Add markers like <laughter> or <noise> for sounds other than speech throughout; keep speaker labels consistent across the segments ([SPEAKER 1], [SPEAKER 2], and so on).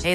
[SPEAKER 1] Hey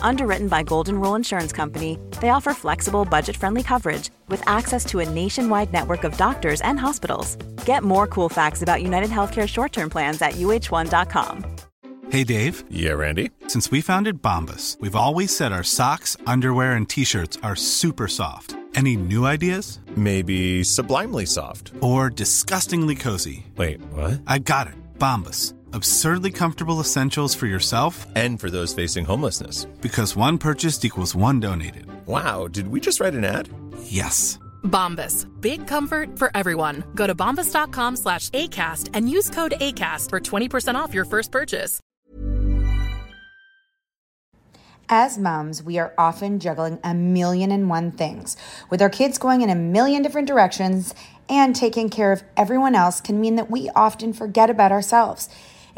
[SPEAKER 2] Underwritten by Golden Rule Insurance Company, they offer flexible, budget friendly coverage with access to a nationwide network of doctors and hospitals. Get more cool facts about United Healthcare short term plans at uh1.com.
[SPEAKER 3] Hey, Dave.
[SPEAKER 4] Yeah, Randy.
[SPEAKER 3] Since we founded Bombus, we've always said our socks, underwear, and t shirts are super soft. Any new ideas?
[SPEAKER 4] Maybe sublimely soft.
[SPEAKER 3] Or disgustingly cozy.
[SPEAKER 4] Wait, what?
[SPEAKER 3] I got it. Bombus. Absurdly comfortable essentials for yourself
[SPEAKER 4] And for those facing homelessness.
[SPEAKER 3] because one purchased equals one donated.
[SPEAKER 4] Wow, did we just write an ad?
[SPEAKER 3] Yes.
[SPEAKER 5] Bombas. Big comfort for everyone. Go to bombas.com slash ACAST and use code ACAST for 20% off your first purchase.
[SPEAKER 6] As moms, we are often juggling a million and one things. With our kids going in a million different directions and taking care of everyone else can mean that we often forget about ourselves.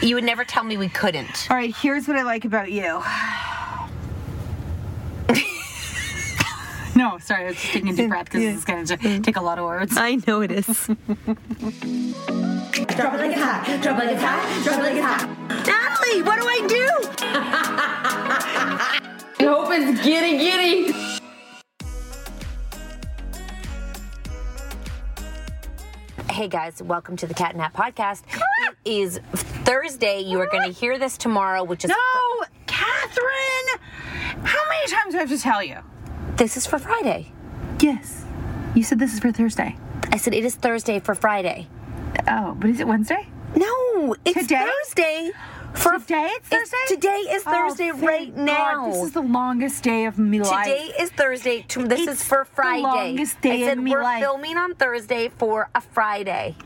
[SPEAKER 7] You would never tell me we couldn't.
[SPEAKER 8] All right, here's what I like about you. no, sorry, I was just taking a deep breath because this is going to take a lot of words.
[SPEAKER 2] I know it is.
[SPEAKER 7] Drop it like it's hot. Drop it like it's hot. Drop it like it's hot. Natalie, what do I do? <laughs> I hope it's giddy giddy. Hey guys, welcome to the Cat and Hat podcast. it is Thursday. You are going to hear this tomorrow, which is
[SPEAKER 8] No, Catherine! How many times do I have to tell you?
[SPEAKER 7] this is for Friday.
[SPEAKER 8] Yes. You said this is for Thursday.
[SPEAKER 7] I said it is Thursday for Friday.
[SPEAKER 8] Oh, but is it Wednesday?
[SPEAKER 7] No, it's
[SPEAKER 8] Today?
[SPEAKER 7] Thursday. For
[SPEAKER 8] Today it's Thursday?
[SPEAKER 7] today is
[SPEAKER 8] Oh,
[SPEAKER 7] Thursday
[SPEAKER 8] thank
[SPEAKER 7] right
[SPEAKER 8] God.
[SPEAKER 7] now.
[SPEAKER 8] This is the longest day of my life.
[SPEAKER 7] Today is Thursday. To, this
[SPEAKER 8] It's
[SPEAKER 7] is for
[SPEAKER 8] the
[SPEAKER 7] Friday.
[SPEAKER 8] longest day
[SPEAKER 7] I said
[SPEAKER 8] in me
[SPEAKER 7] we're
[SPEAKER 8] life.
[SPEAKER 7] filming on Thursday for a Friday.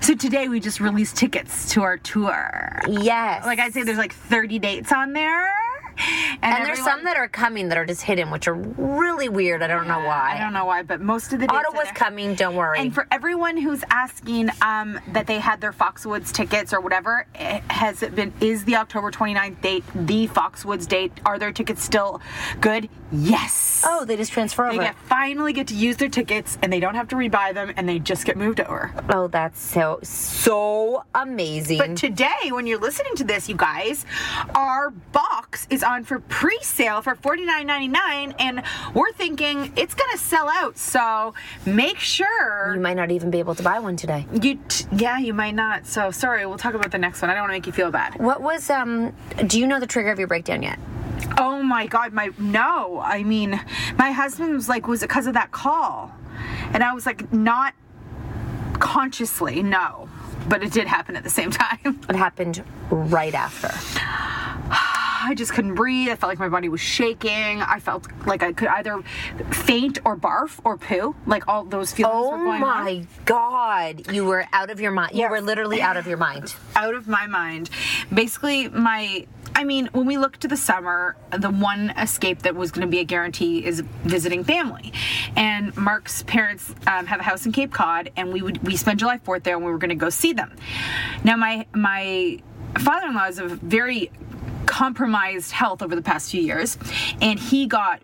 [SPEAKER 8] So today we just released tickets to our tour.
[SPEAKER 7] Yes.
[SPEAKER 8] Like I say, there's like 30 dates on there. And,
[SPEAKER 7] and there's some that are coming that are just hidden, which are really weird. I don't know why.
[SPEAKER 8] I don't know why, but most of the dates are
[SPEAKER 7] Ottawa's
[SPEAKER 8] there.
[SPEAKER 7] coming. Don't worry.
[SPEAKER 8] And for everyone who's asking um, that they had their Foxwoods tickets or whatever, eh, has it been, is the October 29th date the Foxwoods date? Are their tickets still good? Yes.
[SPEAKER 7] oh, they just transfer
[SPEAKER 8] They
[SPEAKER 7] over.
[SPEAKER 8] get, finally get to use their tickets and they don't have to rebuy them and they just get moved over.
[SPEAKER 7] Oh, that's so so amazing.
[SPEAKER 8] But today, when you're listening to this, you guys, our box is on for pre-sale for $49.99, and we're thinking it's gonna sell out. So make
[SPEAKER 7] you
[SPEAKER 8] sure
[SPEAKER 7] might not even be able to buy one today.
[SPEAKER 8] you. T- yeah, you might not. So sorry, we'll talk about the next one. I don't want to make you feel bad.
[SPEAKER 7] What was um? Do you know the trigger of your breakdown yet?
[SPEAKER 8] Oh my God, my no. I mean, my husband was like, was it because of that call? And I was like, not consciously, no. But it did happen at the same <laughs> time.
[SPEAKER 7] It happened right after.
[SPEAKER 8] I just couldn't breathe. I felt like my body was shaking. I felt like I could either faint or barf or poo. Like all those feelings
[SPEAKER 7] Oh
[SPEAKER 8] were going
[SPEAKER 7] my
[SPEAKER 8] on.
[SPEAKER 7] god, you were out of your mind. You
[SPEAKER 8] Yeah.
[SPEAKER 7] were literally out of your mind.
[SPEAKER 8] out of my mind. Basically, my I mean, when we look to the summer, the one escape that was going to be a guarantee is visiting family. And Mark's parents um, have a house in Cape Cod, and we would we spent July Fourth there, and we were going to go see them. Now, my my father-in-law is a very compromised health over the past few years, and he got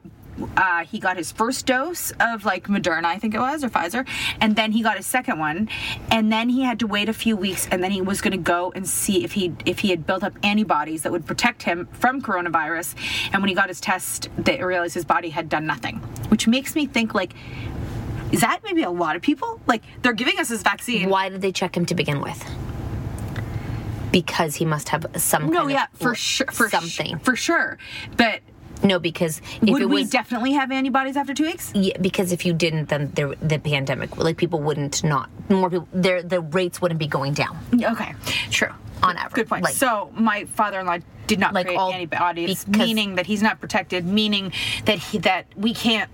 [SPEAKER 8] uh, he got his first dose of like Moderna, I think it was, or Pfizer, and then he got his second one, and then he had to wait a few weeks, and then he was going to go and see if he if he had built up antibodies that would protect him from coronavirus. And when he got his test, they realized his body had done nothing, which makes me think like, is that maybe a lot of people? Like they're giving us this vaccine.
[SPEAKER 7] Why did they check him to begin with? Because he must have some
[SPEAKER 8] No,
[SPEAKER 7] kind
[SPEAKER 8] yeah,
[SPEAKER 7] of
[SPEAKER 8] for sure, for sh-
[SPEAKER 7] something.
[SPEAKER 8] for sure. But
[SPEAKER 7] no, because if
[SPEAKER 8] would
[SPEAKER 7] it
[SPEAKER 8] we
[SPEAKER 7] was
[SPEAKER 8] definitely have antibodies after two weeks?
[SPEAKER 7] yeah, because if you didn't then there, the pandemic like people wouldn't not more people their the rates wouldn't be going down
[SPEAKER 8] Okay, true.
[SPEAKER 7] on average.
[SPEAKER 8] Good point.
[SPEAKER 7] Like,
[SPEAKER 8] so my father-in-law did not
[SPEAKER 7] Like
[SPEAKER 8] create
[SPEAKER 7] all-
[SPEAKER 8] antibodies,
[SPEAKER 7] because-
[SPEAKER 8] meaning that he's not protected, meaning that he that we can't,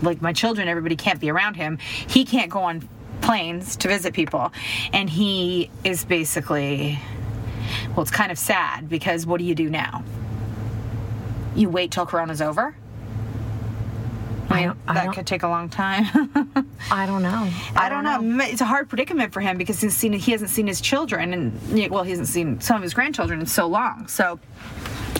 [SPEAKER 8] like my children, everybody can't be around him. He can't go on planes to visit people, and he is basically, well, it's kind of sad because what do you do now? You wait till Corona's over.
[SPEAKER 7] I don't, I
[SPEAKER 8] that
[SPEAKER 7] don't,
[SPEAKER 8] could take a long time. <laughs>
[SPEAKER 7] I don't know.
[SPEAKER 8] I don't know. M- It's a hard predicament for him because he's seen he hasn't seen his children and yeah, well he hasn't seen some of his grandchildren in so long. So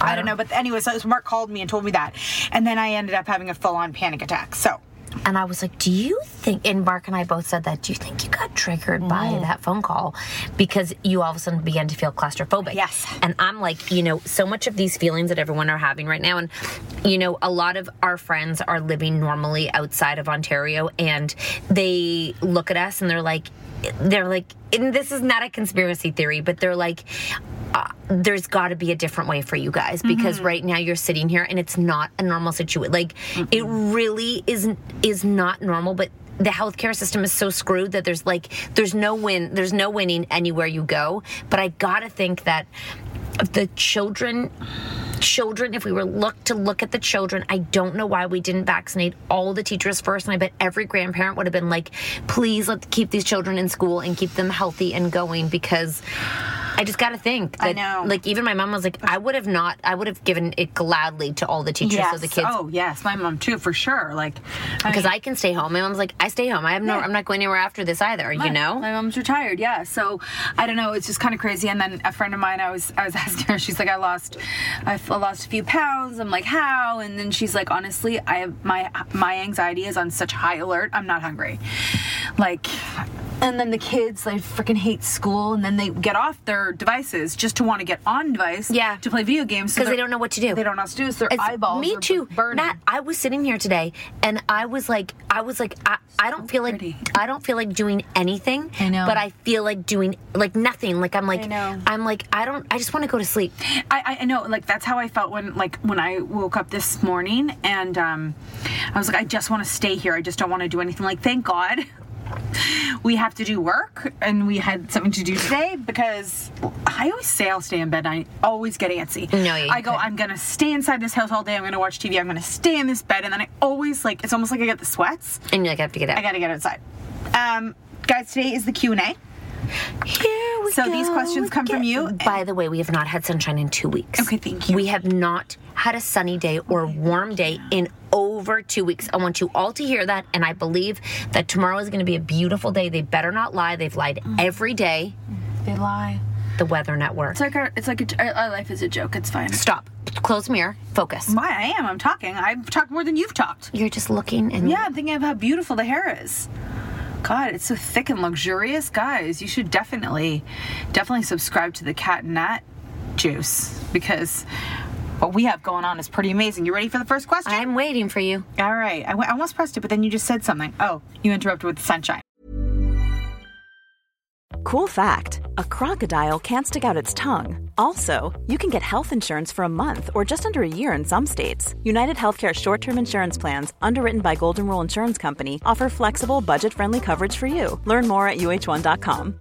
[SPEAKER 8] I, don't know. But anyway, so Mark called me and told me that, and then I ended up having a full on panic attack. So
[SPEAKER 7] And I was like, Do you think, and Mark and I both said that, do you think you got triggered by that phone call? Because you all of a sudden began to feel claustrophobic.
[SPEAKER 8] Yes.
[SPEAKER 7] And I'm like, you know, so much of these feelings that everyone are having right now, and, you know, a lot of our friends are living normally outside of Ontario, and they look at us and they're like, they're like, and this is not a conspiracy theory, but they're like, uh, there's got to be a different way for you guys because right now you're sitting here and it's not a normal situation. Like it really isn't is not normal, but the healthcare system is so screwed that there's like there's no win there's no winning anywhere you go. But I gotta think that the children children if we were look to look at the children i don't know why we didn't vaccinate all the teachers first and i bet every grandparent would have been like please let keep these children in school and keep them healthy and going because i just gotta think that
[SPEAKER 8] I know.
[SPEAKER 7] like even my mom was like i would have not i would have given it gladly to all the teachers so the kids
[SPEAKER 8] Oh yes, my mom too for sure. Like I
[SPEAKER 7] because
[SPEAKER 8] mean-
[SPEAKER 7] I can stay home. My mom's like, I stay home. I have no. I'm not going anywhere after this either. You know.
[SPEAKER 8] My mom's retired, yeah. So I don't know. It's just kind of crazy. And then a friend of mine, I was I was <laughs> asking her. She's like, I lost, I f- I lost a few pounds. I'm like, how? And then she's like, honestly, I have my my anxiety is on such high alert. I'm not hungry. Like. And then the kids, they freaking hate school, and then they get off their devices just to want to get on device,
[SPEAKER 7] Yeah.
[SPEAKER 8] to play video games so
[SPEAKER 7] because they
[SPEAKER 8] they're-
[SPEAKER 7] don't know what to do.
[SPEAKER 8] They don't know what to do. So their
[SPEAKER 7] It's-
[SPEAKER 8] eyeballs,
[SPEAKER 7] Me
[SPEAKER 8] are
[SPEAKER 7] too.
[SPEAKER 8] burning.
[SPEAKER 7] Matt, I was sitting here today, and I was like, I was like, I, I don't feel like
[SPEAKER 8] pretty.
[SPEAKER 7] I don't feel like doing anything.
[SPEAKER 8] I know.
[SPEAKER 7] but I feel like doing like nothing. Like I'm like
[SPEAKER 8] know.
[SPEAKER 7] I'm like I don't. I just want to go to sleep.
[SPEAKER 8] I, I- I know, like that's how I felt when like when I woke up this morning and um I was like, I just want to stay here. I just don't want to do anything. Like, thank God <laughs> we have to do work and we had something to do today because I always say I'll stay in bed and I always get antsy.
[SPEAKER 7] No, yeah, you
[SPEAKER 8] I go, I'm gonna stay inside this house all day, I'm gonna watch TV, I'm gonna stay in this bed, and then I always like it's almost like I get the sweats.
[SPEAKER 7] And you like have to get out.
[SPEAKER 8] I gotta get outside. Um, guys, today is the Q and A.
[SPEAKER 7] Here we
[SPEAKER 8] So these
[SPEAKER 7] go
[SPEAKER 8] questions come from you,
[SPEAKER 7] again. By the way, we have not had sunshine in two weeks.
[SPEAKER 8] Okay, thank you.
[SPEAKER 7] We have not had a sunny day or warm day in over two weeks. I want you all to hear that, and I believe that tomorrow is going to be a beautiful day. They better not lie. They've lied
[SPEAKER 8] Mm.
[SPEAKER 7] every day.
[SPEAKER 8] They lie.
[SPEAKER 7] The Weather Network.
[SPEAKER 9] It's like our, it's like a, our,
[SPEAKER 8] uh,
[SPEAKER 9] our life is a joke. It's fine.
[SPEAKER 7] Stop. Close mirror. Focus.
[SPEAKER 8] Why I am? I'm talking. I've talked more than you've talked.
[SPEAKER 7] You're just looking and
[SPEAKER 8] Yeah, I'm thinking of how beautiful the hair is. God, it's so thick and luxurious, guys. You should definitely, definitely subscribe to the cat and nat juice because what we have going on is pretty amazing. You ready for the first question?
[SPEAKER 7] I'm waiting for you.
[SPEAKER 8] All right. I, w- I almost pressed it, but then you just said something. Oh, you interrupted with sunshine.
[SPEAKER 2] Cool fact a crocodile can't stick out its tongue. Also, you can get health insurance for a month or just under a year in some states. United Healthcare short term insurance plans, underwritten by Golden Rule Insurance Company, offer flexible, budget friendly coverage for you. Learn more at uh1.com.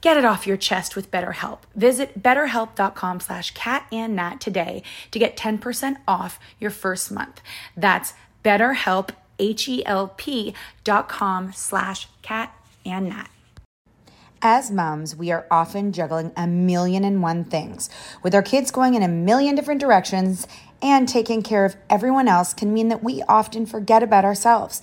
[SPEAKER 6] Get it off your chest with BetterHelp. Visit betterhelp.com slash catandnat today to get 10% off your first month. That's betterhelp, H-E-L-P dot com slash catandnat. As moms, we are often juggling a million and one things. With our kids going in a million different directions and taking care of everyone else can mean that we often forget about ourselves.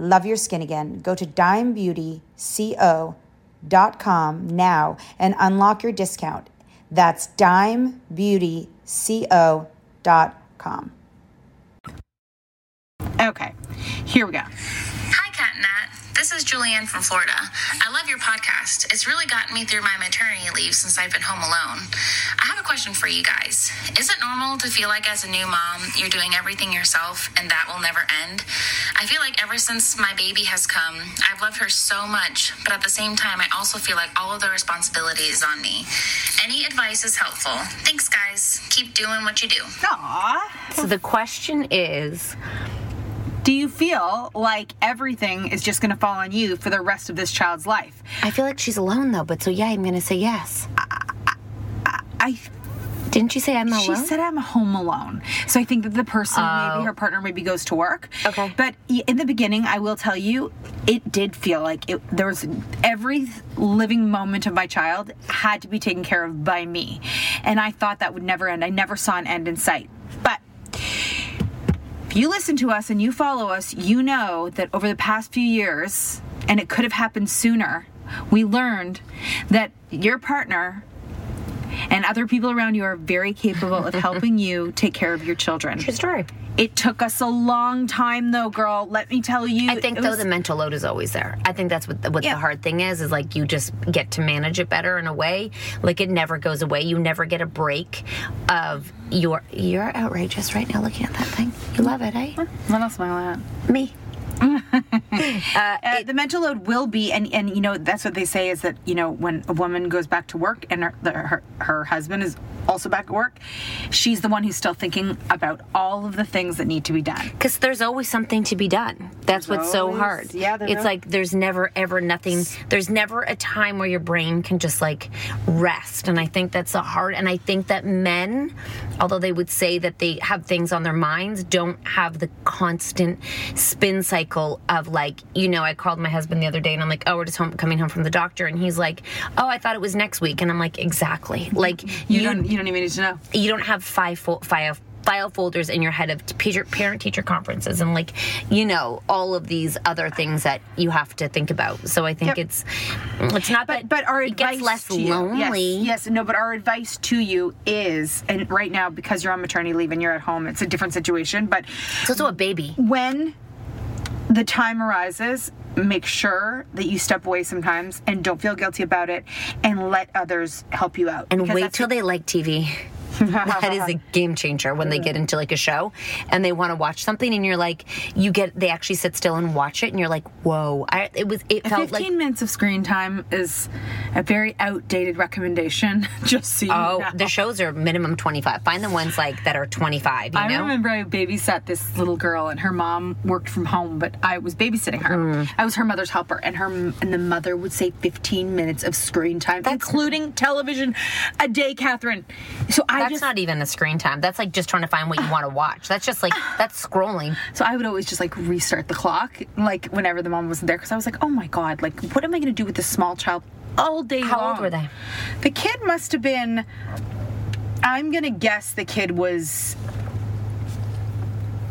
[SPEAKER 6] Love your skin again. Go to dimebeautyco.com now and unlock your discount. That's dimebeautyco.com.
[SPEAKER 8] Okay. Here we go.
[SPEAKER 10] Hi, Kat and Nat. This is Julianne from Florida. I love your podcast. It's really gotten me through my maternity leave since I've been home alone. I have a question for you guys. Is it normal to feel like, as a new mom, you're doing everything yourself and that will never end? I feel like ever since my baby has come, I've loved her so much, but at the same time, I also feel like all of the responsibility is on me. Any advice is helpful. Thanks, guys. Keep doing what you do.
[SPEAKER 8] Aww.
[SPEAKER 7] So the question is
[SPEAKER 8] Do you feel like everything is just going to fall on you for the rest of this child's life?
[SPEAKER 7] I feel like she's alone though, but so yeah, I'm gonna say yes.
[SPEAKER 8] I
[SPEAKER 7] didn't you say I'm alone?
[SPEAKER 8] She said I'm home alone. So I think that the person, maybe her partner, maybe goes to work. Okay. But y- in the beginning, I will tell you, it did feel like it, there was every living moment of my child had to be taken care of by me. And I thought that would never end. I never saw an end in sight. But if you listen to us and you follow us, you know that over the past few years, and it could have happened sooner, we learned that your partner and other people around you are very capable of helping you take care of your children. True
[SPEAKER 7] story.
[SPEAKER 8] It took us a long time though, girl. Let me tell you.
[SPEAKER 7] I think
[SPEAKER 8] it
[SPEAKER 7] though
[SPEAKER 8] was-
[SPEAKER 7] the mental load is always there. I think that's what the, what the hard thing is is like you just get to manage it better in a way. Like it never goes away. You never get a break of your you're outrageous right now looking at that thing. You love it, eh?
[SPEAKER 8] What else am I
[SPEAKER 7] at? Me.
[SPEAKER 8] Uh, the mental load will be, and and you know that's what they say is that you know when a woman goes back to work and her the- her, her husband is also back at work, she's the one who's still thinking about all of the things that need to be done.
[SPEAKER 7] Because there's always something to be done. That's
[SPEAKER 8] There's
[SPEAKER 7] what's so
[SPEAKER 8] always-
[SPEAKER 7] hard.
[SPEAKER 8] yeah, there's
[SPEAKER 7] it's
[SPEAKER 8] al-
[SPEAKER 7] like there's never ever nothing. There's never a time where your brain can just like rest. And I think that's the hard. And I think that men, although they would say that they have things on their minds, don't have the constant spin cycle of like you know. I called my husband the other day and I'm like, oh, we're just home, coming home from the doctor, and he's like, oh, I thought it was next week, and I'm like, exactly. Like
[SPEAKER 8] You don't- you don't even need to know.
[SPEAKER 7] you don't have five fo- five file folders in your head of parent teacher conferences and like you know all of these other things that you have to think about so i think
[SPEAKER 8] Yep.
[SPEAKER 7] it's it's not
[SPEAKER 8] but,
[SPEAKER 7] that
[SPEAKER 8] but our
[SPEAKER 7] it
[SPEAKER 8] advice
[SPEAKER 7] gets less
[SPEAKER 8] to you,
[SPEAKER 7] lonely
[SPEAKER 8] Yes, yes, no, but our advice to you is, and right now because you're on maternity leave and you're at home, it's a different situation. But it's
[SPEAKER 7] also a baby.
[SPEAKER 8] When the time arises, make sure that you step away sometimes and don't feel guilty about it, and let others help you out.
[SPEAKER 7] and
[SPEAKER 8] Because
[SPEAKER 7] wait
[SPEAKER 8] that's-
[SPEAKER 7] till
[SPEAKER 8] <laughs>
[SPEAKER 7] they <laughs> like tv that is a game changer when they get into like a show and they want to watch something and you're like you get they actually sit still and watch it and you're like whoa I, it was it felt like
[SPEAKER 8] 15 minutes of screen time is a very outdated recommendation. <laughs> Just so you
[SPEAKER 7] oh
[SPEAKER 8] know.
[SPEAKER 7] the shows are minimum 25 find the ones like that are 25 you
[SPEAKER 8] I
[SPEAKER 7] know
[SPEAKER 8] remember I babysat this little girl, and her mom worked from home, but I was babysitting her.
[SPEAKER 7] Mm.
[SPEAKER 8] I was her mother's helper, and her and the mother would say 15 minutes of screen time, including television a day, Catherine. So I
[SPEAKER 7] that's
[SPEAKER 8] just
[SPEAKER 7] not even a screen time. That's like just trying to find what you want to watch. That's
[SPEAKER 8] <sighs>
[SPEAKER 7] just like that's scrolling.
[SPEAKER 8] so I would always just like restart the clock, like whenever the mom wasn't there, because I was like, oh my god, like what am I going to do with this small child all day long?
[SPEAKER 7] How old were they?
[SPEAKER 8] The kid must have been. I'm gonna guess the kid was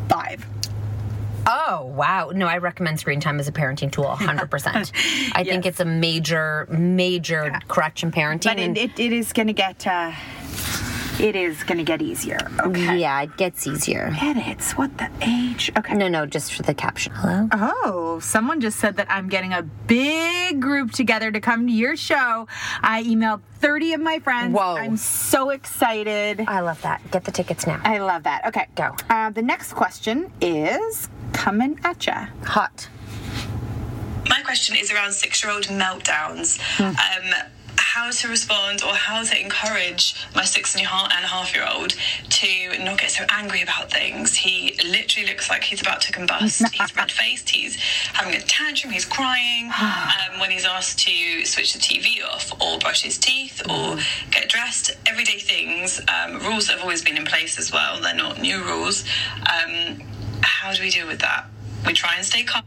[SPEAKER 8] five.
[SPEAKER 7] Oh wow! No, I recommend screen time as a parenting tool, 100.
[SPEAKER 8] <laughs>
[SPEAKER 7] percent I think it's a major, major crutch in parenting.
[SPEAKER 8] But
[SPEAKER 7] and-
[SPEAKER 8] it, it, it is going to get. Uh, it is going to get easier.
[SPEAKER 7] <laughs>
[SPEAKER 8] Okay.
[SPEAKER 7] Yeah, it gets easier.
[SPEAKER 8] Edits. What the age? Okay.
[SPEAKER 7] No, no, just for the caption. Hello.
[SPEAKER 8] Oh, someone just said that I'm getting a big group together to come to your show. I emailed 30 of my friends. Whoa. I'm so excited.
[SPEAKER 7] I love that. Get the tickets now.
[SPEAKER 8] I love that. Okay.
[SPEAKER 7] Go.
[SPEAKER 8] Uh, the next question is coming at ya.
[SPEAKER 7] Hot.
[SPEAKER 11] My question is around six year old meltdowns.
[SPEAKER 7] Hmm.
[SPEAKER 11] Um, how to respond or how to encourage my six and a ha- and a half year old to not get so angry about things. He literally looks like he's about to combust. He's red faced, he's having a tantrum, he's crying.
[SPEAKER 8] Ah.
[SPEAKER 11] Um, when he's asked to switch the TV off or brush his teeth or
[SPEAKER 8] Mm.
[SPEAKER 11] get dressed, everyday things, um, rules that have always been in place as well, they're not new rules. Um, how do we deal with that? We try and stay calm.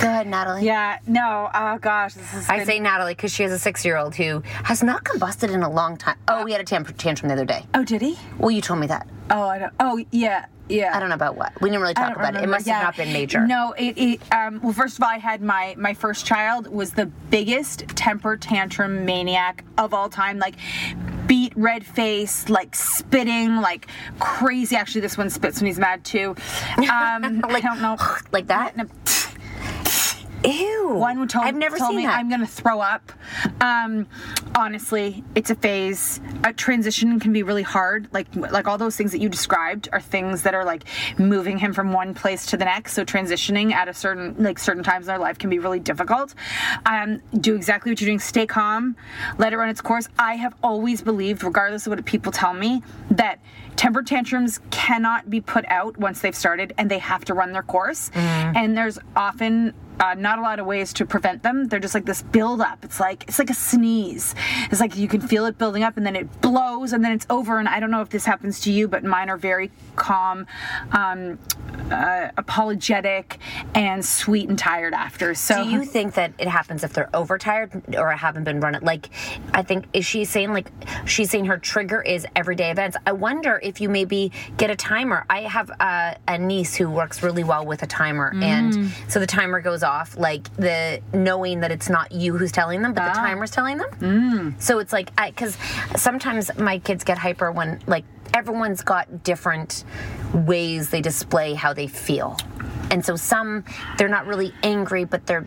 [SPEAKER 7] Go ahead, Natalie.
[SPEAKER 8] Yeah. No. Oh gosh, this is.
[SPEAKER 7] I say Natalie because she has a six-year-old who has not combusted in a long time. Oh, we had a tam- tantrum the other day.
[SPEAKER 8] Oh, did he?
[SPEAKER 7] Well, you told me that.
[SPEAKER 8] Oh, I don't. Oh, yeah. Yeah.
[SPEAKER 7] I don't know about what. We didn't really
[SPEAKER 8] I
[SPEAKER 7] talk
[SPEAKER 8] don't
[SPEAKER 7] about it. It
[SPEAKER 8] remember.
[SPEAKER 7] must
[SPEAKER 8] Yeah.
[SPEAKER 7] have not been major.
[SPEAKER 8] No, it, it um, well, first of all, I had my my first child was the biggest temper tantrum maniac of all time. Like beat red face, like spitting, like crazy. Actually, this one spits when he's mad too. Um, I don't know,
[SPEAKER 7] <laughs> <sighs> like that. Ew.
[SPEAKER 8] One who told,
[SPEAKER 7] I've never
[SPEAKER 8] told
[SPEAKER 7] seen
[SPEAKER 8] me
[SPEAKER 7] that.
[SPEAKER 8] I'm gonna throw up. Um, honestly, it's a phase. A transition can be really hard. Like like all those things that you described are things that are like moving him from one place to the next. So transitioning at a certain like certain times in our life can be really difficult. Um, do exactly what you're doing. Stay calm. Let it run its course. I have always believed, regardless of what people tell me, that temper tantrums cannot be put out once they've started, and they have to run their course.
[SPEAKER 7] Mhm.
[SPEAKER 8] And there's often uh, not a lot of ways to prevent them. They're just like this build up. It's like it's like a sneeze. It's like you can feel it building up, and then it blows, and then it's over. And I don't know if this happens to you, but mine are very calm, um, uh, apologetic, and sweet and tired after. So
[SPEAKER 7] Do
[SPEAKER 8] <laughs>
[SPEAKER 7] you think that it happens if they're overtired or haven't been running? Like, I think is she saying like she's saying her trigger is everyday events. I wonder if you maybe get a timer. I have a, a niece who works really well with a timer, and
[SPEAKER 12] Mm.
[SPEAKER 7] so the timer goes off, like the knowing that it's not you who's telling them, but the
[SPEAKER 8] Ah.
[SPEAKER 7] timer's telling them. So it's like because sometimes my kids get hyper when like everyone's got different ways they display how they feel. And so some they're not really angry, but they're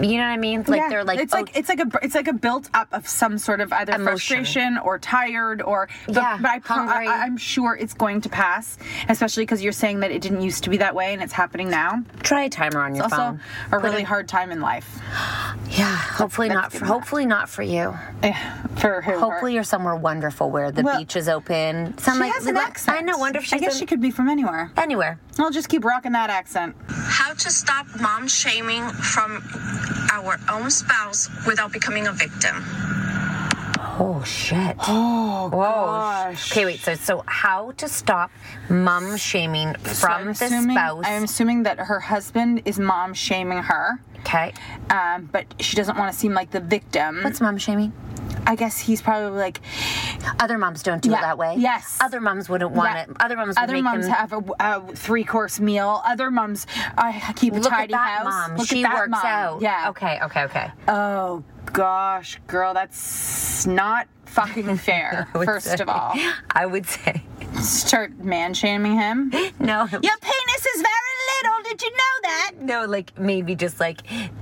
[SPEAKER 7] you know what I mean? Like
[SPEAKER 8] Yeah,
[SPEAKER 7] they're like "Oh,
[SPEAKER 8] it's like it's like a it's like a built up of some sort of either
[SPEAKER 7] Emotion.
[SPEAKER 8] frustration or tired or but,
[SPEAKER 7] Yeah,
[SPEAKER 8] but I, pro- I I'm sure it's going to pass, especially because you're saying that it didn't used to be that way and it's happening now.
[SPEAKER 7] Try a timer on your
[SPEAKER 8] it's
[SPEAKER 7] phone.
[SPEAKER 8] Also, a
[SPEAKER 7] Put
[SPEAKER 8] really
[SPEAKER 7] it-
[SPEAKER 8] hard time in life.
[SPEAKER 7] Yeah, hopefully not. For, hopefully not for you.
[SPEAKER 8] eh, For who?
[SPEAKER 7] Hopefully you're somewhere wonderful where the
[SPEAKER 8] Well,
[SPEAKER 7] beach is open. Some
[SPEAKER 8] She
[SPEAKER 7] like
[SPEAKER 8] has an
[SPEAKER 7] what-
[SPEAKER 8] accent.
[SPEAKER 7] I know. Wonder if she's
[SPEAKER 8] I guess
[SPEAKER 7] in-
[SPEAKER 8] she could be from anywhere.
[SPEAKER 7] Anywhere.
[SPEAKER 8] I'll just keep rocking that accent.
[SPEAKER 11] How to stop mom shaming from our own spouse without becoming a victim.
[SPEAKER 7] Oh shit.
[SPEAKER 8] Oh
[SPEAKER 7] gosh. Okay, wait. So so how to stop mom shaming from
[SPEAKER 8] so I'm
[SPEAKER 7] the
[SPEAKER 8] assuming,
[SPEAKER 7] spouse?
[SPEAKER 8] I'm assuming that her husband is mom shaming her.
[SPEAKER 7] Okay.
[SPEAKER 8] Um, but she doesn't want to seem like the victim. What's
[SPEAKER 7] mom shaming?
[SPEAKER 8] I guess he's probably like.
[SPEAKER 7] Other moms don't do it that way.
[SPEAKER 8] Yes.
[SPEAKER 7] Other moms wouldn't want it. Other moms would
[SPEAKER 8] Other
[SPEAKER 7] make
[SPEAKER 8] moms
[SPEAKER 7] them-
[SPEAKER 8] have a, three course meal. Other moms uh, keep
[SPEAKER 7] Look
[SPEAKER 8] a
[SPEAKER 7] at
[SPEAKER 8] tidy
[SPEAKER 7] that
[SPEAKER 8] house.
[SPEAKER 7] mom.
[SPEAKER 8] Look
[SPEAKER 7] She
[SPEAKER 8] at that
[SPEAKER 7] works
[SPEAKER 8] mom.
[SPEAKER 7] out.
[SPEAKER 8] Yeah.
[SPEAKER 7] Okay. Okay. Okay.
[SPEAKER 8] Oh gosh, girl, that's not
[SPEAKER 7] <laughs>
[SPEAKER 8] fucking fair.
[SPEAKER 7] I would
[SPEAKER 8] first
[SPEAKER 7] say-
[SPEAKER 8] of all,
[SPEAKER 7] <laughs> I would say <laughs>
[SPEAKER 8] start man shaming
[SPEAKER 7] <gasps>
[SPEAKER 8] him.
[SPEAKER 7] No.
[SPEAKER 8] <laughs> Your penis is very little. Did you know that?
[SPEAKER 7] No, like maybe just like,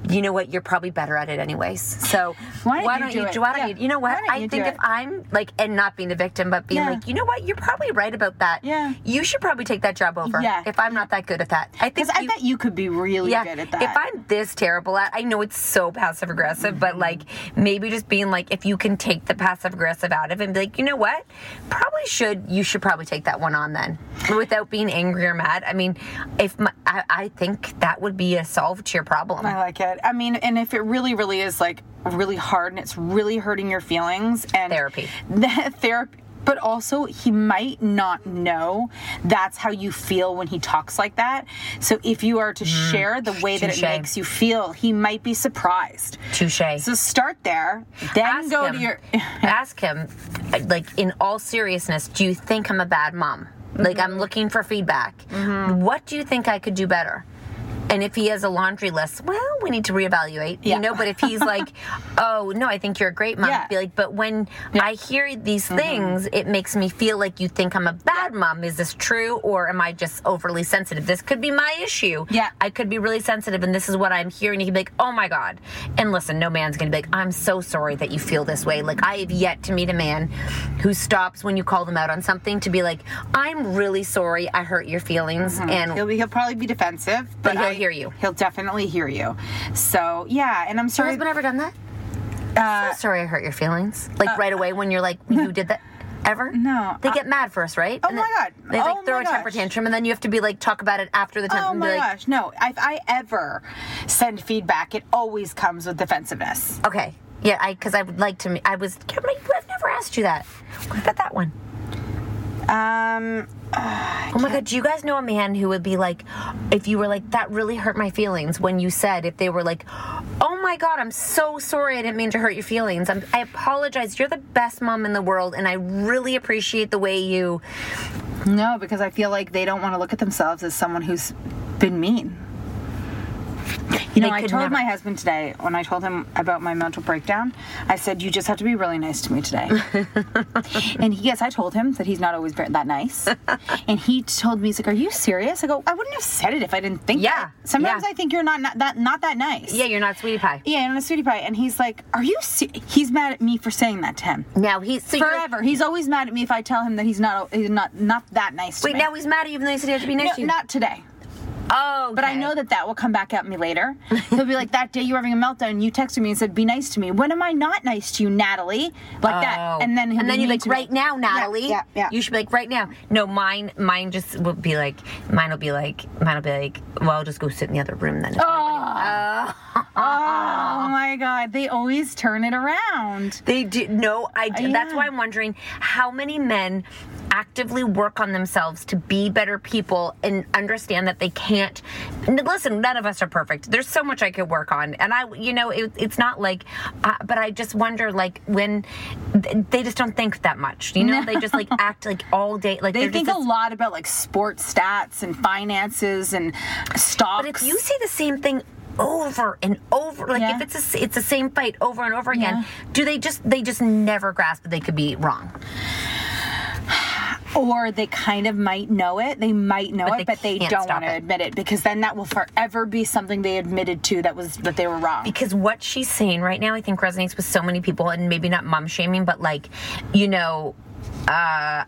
[SPEAKER 7] you know what? You're probably better at it anyways. So
[SPEAKER 8] Why
[SPEAKER 7] why,
[SPEAKER 8] don't you
[SPEAKER 7] don't
[SPEAKER 8] do
[SPEAKER 7] you?
[SPEAKER 8] it?
[SPEAKER 7] Why don't
[SPEAKER 8] Yeah.
[SPEAKER 7] you? You know what?
[SPEAKER 8] Why don't
[SPEAKER 7] I
[SPEAKER 8] you
[SPEAKER 7] think
[SPEAKER 8] do
[SPEAKER 7] if
[SPEAKER 8] it?
[SPEAKER 7] I'm like, and not being the victim, but being
[SPEAKER 8] Yeah.
[SPEAKER 7] like, you know what? You're probably right about that. Yeah. You should probably take that job over.
[SPEAKER 8] Yeah.
[SPEAKER 7] If I'm not that good at that, I think.
[SPEAKER 8] I bet you could be really
[SPEAKER 7] yeah,
[SPEAKER 8] good at that.
[SPEAKER 7] If I'm this terrible at, I know it's so passive aggressive, but like maybe just being like, if you can take the passive aggressive out of it and be like, you know what, probably should you should probably take that one on then, without being angry or mad. I mean, if my, I, I think that would be a solve to your problem.
[SPEAKER 8] I like it. I mean, and if it really, really is like really hard and it's really hurting your feelings and <laughs> therapy, therapy. But also, he might not know that's how you feel when he talks like that. So, if you are to share the way that it
[SPEAKER 7] touche.
[SPEAKER 8] makes you feel, he might be surprised.
[SPEAKER 7] Touche.
[SPEAKER 8] So, start there, then go to your. <laughs>
[SPEAKER 7] ask him, like in all seriousness, do you think I'm a bad mom? Like I'm looking for feedback. What do you think I could do better? And if he has a laundry list, well, we need to reevaluate, you know. But if he's like, "Oh no, I think you're a great mom," be like, "But when I hear these things, it makes me feel like you think I'm a bad mom. Is this true, or am I just overly sensitive? This could be my issue. Yeah, I could be really sensitive, and this is what I'm hearing." He can be like, "Oh my god!" And listen, no man's gonna be like, "I'm so sorry that you feel this way." Like I have yet to meet a man who stops when you call them out on something to be like, "I'm really sorry, I hurt your feelings,"
[SPEAKER 8] Mhm.
[SPEAKER 7] and
[SPEAKER 8] he'll, be- he'll probably be defensive, but, he'll hear you. He'll definitely hear you. So yeah, and I'm sorry. Has
[SPEAKER 7] ever done that?
[SPEAKER 8] Uh,
[SPEAKER 7] so sorry I hurt your feelings. Like right away when you're like, you did that. Ever?
[SPEAKER 8] No.
[SPEAKER 7] They get mad first, right? Oh my
[SPEAKER 8] god.
[SPEAKER 7] They like
[SPEAKER 8] Oh
[SPEAKER 7] throw
[SPEAKER 8] my
[SPEAKER 7] a temper tantrum and then you have to be like talk about it after the temper
[SPEAKER 8] Oh my gosh, no! If I ever send feedback, it always comes with defensiveness.
[SPEAKER 7] Okay. Yeah, I because I would like to. I was. Cameron, I've never asked you that. What about that one?
[SPEAKER 8] Um.
[SPEAKER 7] oh my god. Do you guys know a man who would be like, if you were like that really hurt my feelings when you said if they were like, oh my god, I'm so sorry I didn't mean to hurt your feelings. I'm, I apologize. You're the best mom in the world, and I really appreciate the way you.
[SPEAKER 8] No, because I feel like they don't want to look at themselves as someone who's been mean. You know,
[SPEAKER 7] They
[SPEAKER 8] I
[SPEAKER 7] could
[SPEAKER 8] told
[SPEAKER 7] never-
[SPEAKER 8] my husband today when I told him about my mental breakdown, I said, "You just have to be really nice to me
[SPEAKER 7] <laughs>
[SPEAKER 8] today." and he, yes, I told him that he's not always very-
[SPEAKER 7] <laughs>
[SPEAKER 8] that nice. and he told me, "He's like, are you serious?" I go, "I wouldn't have said it if I didn't think." Yeah. Sometimes I think you're not, not that not that nice. Yeah,
[SPEAKER 7] you're not sweetie pie.
[SPEAKER 8] Yeah, I'm not a sweetie pie. And he's like, "Are you?" Se-? He's mad at me for saying that to him.
[SPEAKER 7] Now he's so you're-
[SPEAKER 8] forever. He's always mad at me if I tell him that he's not he's not not that nice. to
[SPEAKER 7] Wait,
[SPEAKER 8] me.
[SPEAKER 7] now he's mad at you even though he said he had to be nice
[SPEAKER 8] No,
[SPEAKER 7] to you.
[SPEAKER 8] Not today.
[SPEAKER 7] Oh,
[SPEAKER 8] but I know that that will come back at me
[SPEAKER 7] <laughs>
[SPEAKER 8] later. He'll be like, "That day you were having a meltdown, and you texted me and said be nice to me. When am I not nice to you, Natalie? Like that,
[SPEAKER 7] Oh.
[SPEAKER 8] and then he'll
[SPEAKER 7] and
[SPEAKER 8] be
[SPEAKER 7] then you're
[SPEAKER 8] mean
[SPEAKER 7] like
[SPEAKER 8] to me.
[SPEAKER 7] right now,
[SPEAKER 8] Yeah,
[SPEAKER 7] Natalie.
[SPEAKER 8] Yeah, yeah.
[SPEAKER 7] You should be like right now. No, mine, mine just will be like, mine will be like, mine will be like. Well, I'll just go sit in the other room then.
[SPEAKER 8] Oh. Oh, my god, they always turn it around.
[SPEAKER 7] They do. No, I.
[SPEAKER 8] Oh,
[SPEAKER 7] do. That's why I'm wondering how many men actively work on themselves to be better people and understand that they can't. n- Listen, none of us are perfect. There's so much I could work on, and I, you know, it, it's not like. Uh, but I just wonder, like when th- they just don't think that much. You
[SPEAKER 8] <laughs>
[SPEAKER 7] know, they just like act like all day. Like
[SPEAKER 8] They
[SPEAKER 7] they're just
[SPEAKER 8] think a lot about like sports stats and finances and stocks.
[SPEAKER 7] But if you see the same thing over and over, like if it's a, s- it's the same fight over and over again, do they just they just never grasp that they could be wrong?
[SPEAKER 8] or they kind of might know it. They might know it, but they
[SPEAKER 7] can't
[SPEAKER 8] don't
[SPEAKER 7] stop
[SPEAKER 8] want to admit it because then that will forever be something they admitted to that was that they were wrong.
[SPEAKER 7] Because what she's saying right now, I think resonates with so many people, and maybe not mom shaming, but like, you know, uh,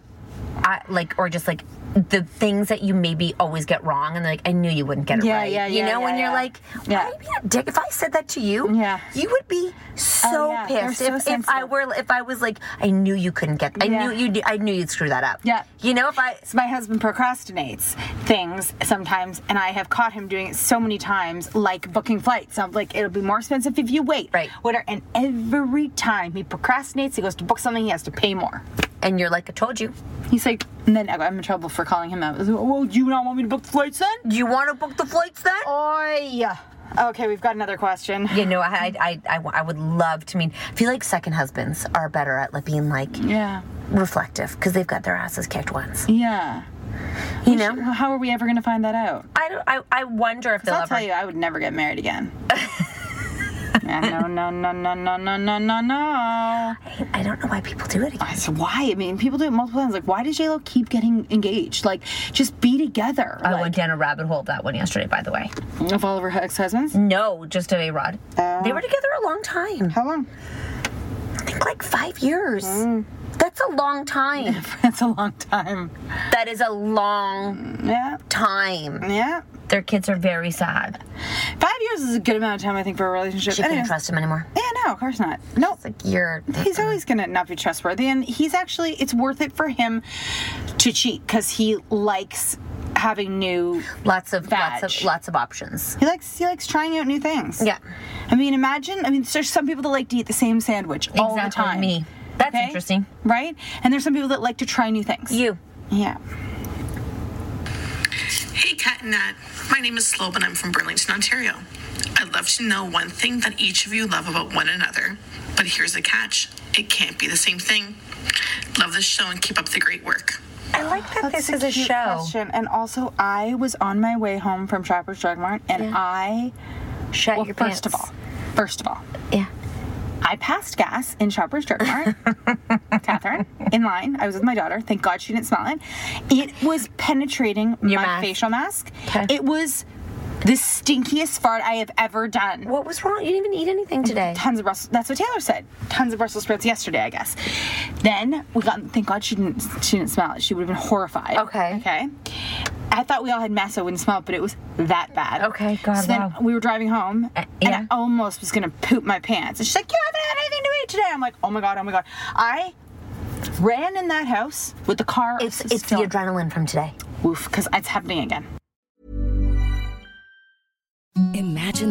[SPEAKER 7] I like or just like the things that you maybe always get wrong, and like I knew you wouldn't get it
[SPEAKER 8] Yeah,
[SPEAKER 7] right.
[SPEAKER 8] yeah,
[SPEAKER 7] you
[SPEAKER 8] yeah,
[SPEAKER 7] know,
[SPEAKER 8] yeah,
[SPEAKER 7] when
[SPEAKER 8] yeah. Oh,
[SPEAKER 7] you're like, yeah. maybe a dick. If I said that to you, yeah, you would be so
[SPEAKER 8] yeah, they're
[SPEAKER 7] pissed.
[SPEAKER 8] so
[SPEAKER 7] if, if I were, if I was like, I knew you couldn't get, I
[SPEAKER 8] Yeah.
[SPEAKER 7] knew you, d- I knew you'd screw that up.
[SPEAKER 8] Yeah.
[SPEAKER 7] You know, if I.
[SPEAKER 8] So my husband procrastinates things sometimes, and I have caught him doing it so many times, like booking flights. So I'm like, it'll be more expensive if you wait. Right. Whatever. And every time he procrastinates, he goes to book something, he has to pay more.
[SPEAKER 7] And you're like, I told you.
[SPEAKER 8] He's like, and then I go, I'm in trouble for calling him out. I was like, Well, do you not want me to book the flights then?
[SPEAKER 7] Do you want to book the flights then?
[SPEAKER 8] Oh, yeah. Okay, we've got another question.
[SPEAKER 7] You know, I, I, I, I would love to mean. I feel like second husbands are better at like being like
[SPEAKER 8] yeah
[SPEAKER 7] reflective because they've got their asses kicked once.
[SPEAKER 8] Yeah.
[SPEAKER 7] You know,
[SPEAKER 8] how are we ever going to find that out?
[SPEAKER 7] I don't. I, I wonder if they'll
[SPEAKER 8] I'll
[SPEAKER 7] ever.
[SPEAKER 8] tell you, I would never get married <laughs> again. yeah, no, no, no, no, no, no, no, no, no. I,
[SPEAKER 7] I don't know why people do it again.
[SPEAKER 8] I said, why? I mean, people do it multiple times. Like, why does J-Lo keep getting engaged? Like, just be together.
[SPEAKER 7] I went down a rabbit hole of that one yesterday, by the way.
[SPEAKER 8] Of all of her ex-husbands?
[SPEAKER 7] No, just of A Rod. they were together a long time.
[SPEAKER 8] How long? <laughs>
[SPEAKER 7] I think like five years. That's a long <laughs> time.
[SPEAKER 8] That's a long time.
[SPEAKER 7] That is a long
[SPEAKER 8] yeah.
[SPEAKER 7] time.
[SPEAKER 8] Yeah.
[SPEAKER 7] Their kids are very sad.
[SPEAKER 8] Five years is a good amount of time, I think, for a relationship.
[SPEAKER 7] She couldn't
[SPEAKER 8] Anyways.
[SPEAKER 7] trust him anymore.
[SPEAKER 8] Yeah, no, of course not. No,
[SPEAKER 7] like you're.
[SPEAKER 8] He's always gonna not be trustworthy, and he's actually it's worth it for him to cheat because he likes having new
[SPEAKER 7] lots of lots of lots of options.
[SPEAKER 8] He likes he likes trying out new things.
[SPEAKER 7] Yeah.
[SPEAKER 8] I mean, imagine. I mean, there's some people that like to eat the same sandwich all the
[SPEAKER 7] Exactly,
[SPEAKER 8] time.
[SPEAKER 7] me. That's interesting,
[SPEAKER 8] right? And there's some people that like to try new things.
[SPEAKER 7] You.
[SPEAKER 8] Yeah.
[SPEAKER 11] Hey, Kat and Nat. My name is Slob and I'm from Burlington, Ontario. I'd love to know one thing that each of you love about one another, but here's the catch it can't be the same thing. Love this show and keep up the great work.
[SPEAKER 7] I like that
[SPEAKER 8] this is a cute
[SPEAKER 11] show.
[SPEAKER 8] Question. And also, I was on my way home from Trapper's Drug Mart, and I
[SPEAKER 7] shut
[SPEAKER 8] well,
[SPEAKER 7] your
[SPEAKER 8] first of all,
[SPEAKER 7] pants.
[SPEAKER 8] first of all,
[SPEAKER 7] yeah,
[SPEAKER 8] I passed gas in Trapper's Drug Mart, Catherine, in line. I was with my daughter. Thank God she didn't smell it. It was penetrating my facial mask. It was. The stinkiest fart I have ever done.
[SPEAKER 7] What was wrong? You didn't even eat anything today.
[SPEAKER 8] Tons of Brussels. That's what Taylor said. Tons of Brussels sprouts yesterday, I guess. Then we got. Thank God she didn't. She didn't smell it. She would have been horrified. Okay. Okay. I thought we all had massa wouldn't smell it, but it was that bad. Okay.
[SPEAKER 7] God,
[SPEAKER 8] So then
[SPEAKER 7] wow.
[SPEAKER 8] we were driving home, and I almost was gonna poop my pants. And she's like, "You haven't had anything to eat today." I'm like, "Oh my god, oh my god!" I ran in that house with the car. It's
[SPEAKER 7] it's the adrenaline from today.
[SPEAKER 8] Woof, because it's happening again.
[SPEAKER 12] Imagine